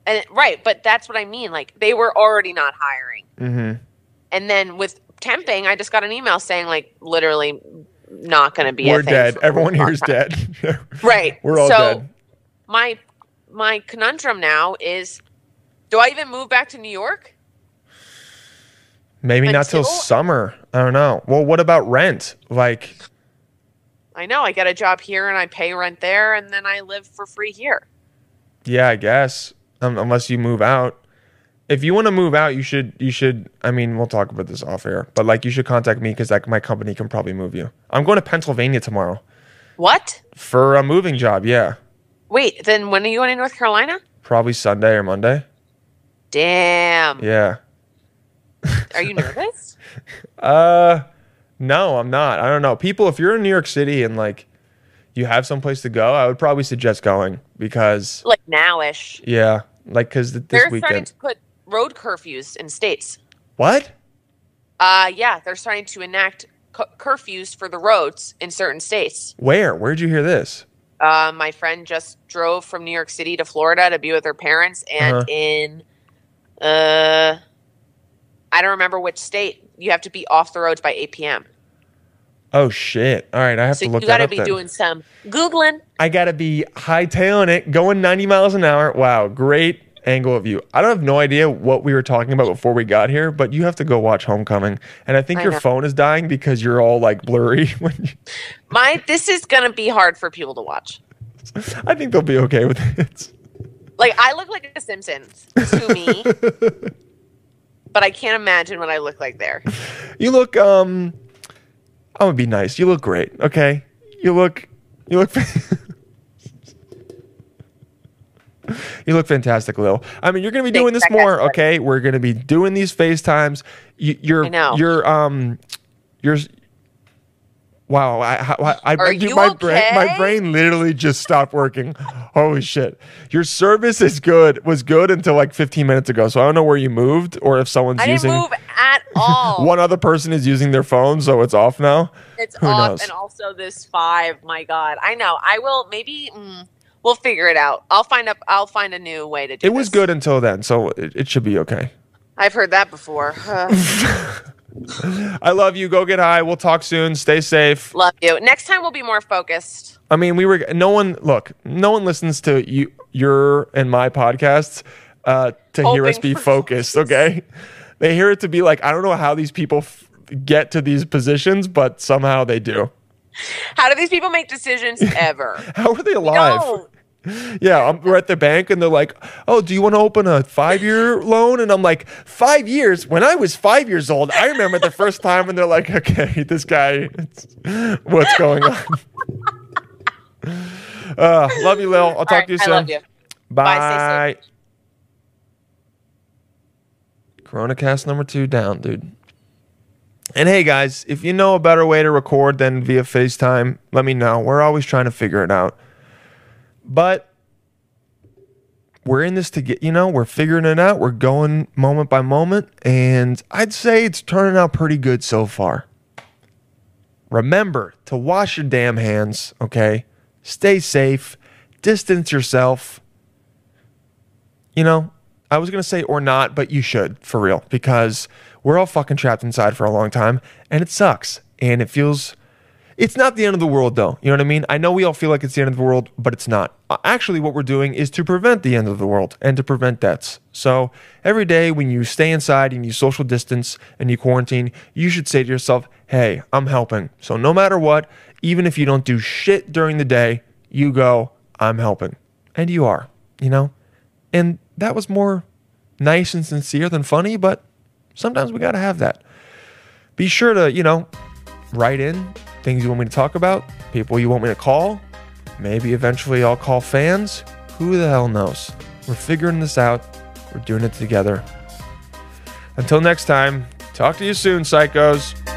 Speaker 6: and right, but that's what I mean. Like, they were already not hiring.
Speaker 5: Mhm.
Speaker 6: And then with temping, I just got an email saying like literally not going to be. a
Speaker 5: We're
Speaker 6: thing
Speaker 5: dead.
Speaker 6: for a
Speaker 5: Everyone
Speaker 6: long
Speaker 5: here is
Speaker 6: time.
Speaker 5: dead.
Speaker 6: Right.
Speaker 5: We're all
Speaker 6: so
Speaker 5: dead.
Speaker 6: My my conundrum now is do I even move back to New York?
Speaker 5: Maybe not till
Speaker 6: Until-
Speaker 5: summer. I don't know. Well, what about rent? Like,
Speaker 6: I know I get a job here and I pay rent there and then I live for free here.
Speaker 5: yeah, I guess um, unless you move out. If you want to move out, you should. You should. I mean, we'll talk about this off air. But like, you should contact me because like my company can probably move you. I'm going to Pennsylvania tomorrow
Speaker 6: What?
Speaker 5: for a moving job. Yeah,
Speaker 6: Wait, then when are you going to North Carolina?
Speaker 5: probably Sunday or Monday.
Speaker 6: Damn.
Speaker 5: Yeah.
Speaker 6: Are you nervous?
Speaker 5: Uh, no, I'm not. I don't know. People, if you're in New York City and like you have someplace to go, I would probably suggest going because
Speaker 6: like nowish.
Speaker 5: yeah, like because this
Speaker 6: They're starting
Speaker 5: weekend.
Speaker 6: to put road curfews in states.
Speaker 5: what?
Speaker 6: Uh yeah, they're starting to enact cu- curfews for the roads in certain states.
Speaker 5: Where? Where'd you hear this?
Speaker 6: Uh, my friend just drove from New York City to Florida to be with her parents, and
Speaker 5: Uh-huh.
Speaker 6: in uh, I don't remember which state. You have to be off the roads by 8 p.m.
Speaker 5: Oh shit! All right, I have
Speaker 6: So
Speaker 5: to
Speaker 6: you
Speaker 5: look that
Speaker 6: got to
Speaker 5: up.
Speaker 6: be
Speaker 5: then.
Speaker 6: doing some googling.
Speaker 5: I gotta be hightailing it, going 90 miles an hour. Wow, great angle of view. I don't have no idea what we were talking about before we got here, but you have to go watch Homecoming. And I think
Speaker 6: I
Speaker 5: your
Speaker 6: know.
Speaker 5: phone is dying because you're all like blurry. When you,
Speaker 6: My this is gonna be hard for people to watch.
Speaker 5: I think they'll be okay with it.
Speaker 6: Like I look like a Simpsons to me, but I can't imagine what I look like there.
Speaker 5: You look um I'm gonna be nice. You look great. Okay. You look you look You You look fantastic, Lil. I mean, you're going to be doing
Speaker 6: Thanks,
Speaker 5: this
Speaker 6: that guy's
Speaker 5: more,
Speaker 6: funny.
Speaker 5: okay? We're going to be doing these FaceTimes. You, you're,
Speaker 6: I know.
Speaker 5: you're, um, you're. Wow, I, I, I,
Speaker 6: Are
Speaker 5: I
Speaker 6: you
Speaker 5: my brain, my
Speaker 6: okay?
Speaker 5: brain literally just stopped working. Holy shit! Your service is good. Was good until like 15 minutes ago. So I don't know where you moved or if someone's
Speaker 6: I didn't
Speaker 5: using.
Speaker 6: move at all.
Speaker 5: One other person is using their phone, so it's off now.
Speaker 6: It's
Speaker 5: Who
Speaker 6: off,
Speaker 5: knows?
Speaker 6: and also this five. My God, I know. I will maybe mm, we'll figure it out. I'll find up. I'll find a new way to do.
Speaker 5: It was
Speaker 6: this.
Speaker 5: good until then, so it, it should be okay.
Speaker 6: I've heard that before.
Speaker 5: I love you. Go get high. We'll talk soon. Stay safe.
Speaker 6: Love you. Next time we'll be more focused.
Speaker 5: I mean, we were no one. Look, no one listens to you, your and my podcasts uh, to hear us
Speaker 6: Hoping
Speaker 5: be
Speaker 6: for
Speaker 5: focused. Okay, they hear it to be like I don't know how these people f- get to these positions, but somehow they do.
Speaker 6: How do these people make decisions ever?
Speaker 5: How are they alive?
Speaker 6: no.
Speaker 5: Yeah, I'm, we're at the bank and they're like, "Oh, do you want to open a five-year loan?" And I'm like, five years? When I was five years old, I remember the first time." And they're like, "Okay, this guy, it's, what's going on?" uh, love you, Lil. I'll talk
Speaker 6: All right,
Speaker 5: to you
Speaker 6: I
Speaker 5: soon.
Speaker 6: love you. Bye,
Speaker 5: Bye. Corona cast number two down, dude. And hey, guys, if you know a better way to record than via FaceTime, let me know. We're always trying to figure it out. But we're in this to get, you know, we're figuring it out. We're going moment by moment. And I'd say it's turning out pretty good so far. Remember to wash your damn hands, okay? Stay safe, distance yourself. You know, I was going to say or not, but you should for real because we're all fucking trapped inside for a long time and it sucks. And it feels, it's not the end of the world though. You know what I mean? I know we all feel like it's the end of the world, but it's not. Uh, Actually, what we're doing is to prevent the end of the world and to prevent deaths. So every day when you stay inside and you social distance and you quarantine, you should say to yourself, hey, I'm helping. So no matter what, even if you don't do shit during the day, you go, I'm helping. And you are, you know? And that was more nice and sincere than funny, but sometimes we got to have that. Be sure to, you know, write in things you want me to talk about, people you want me to call. Maybe eventually I'll call fans. Who the hell knows? We're figuring this out. We're doing it together. Until next time, talk to you soon, psychos.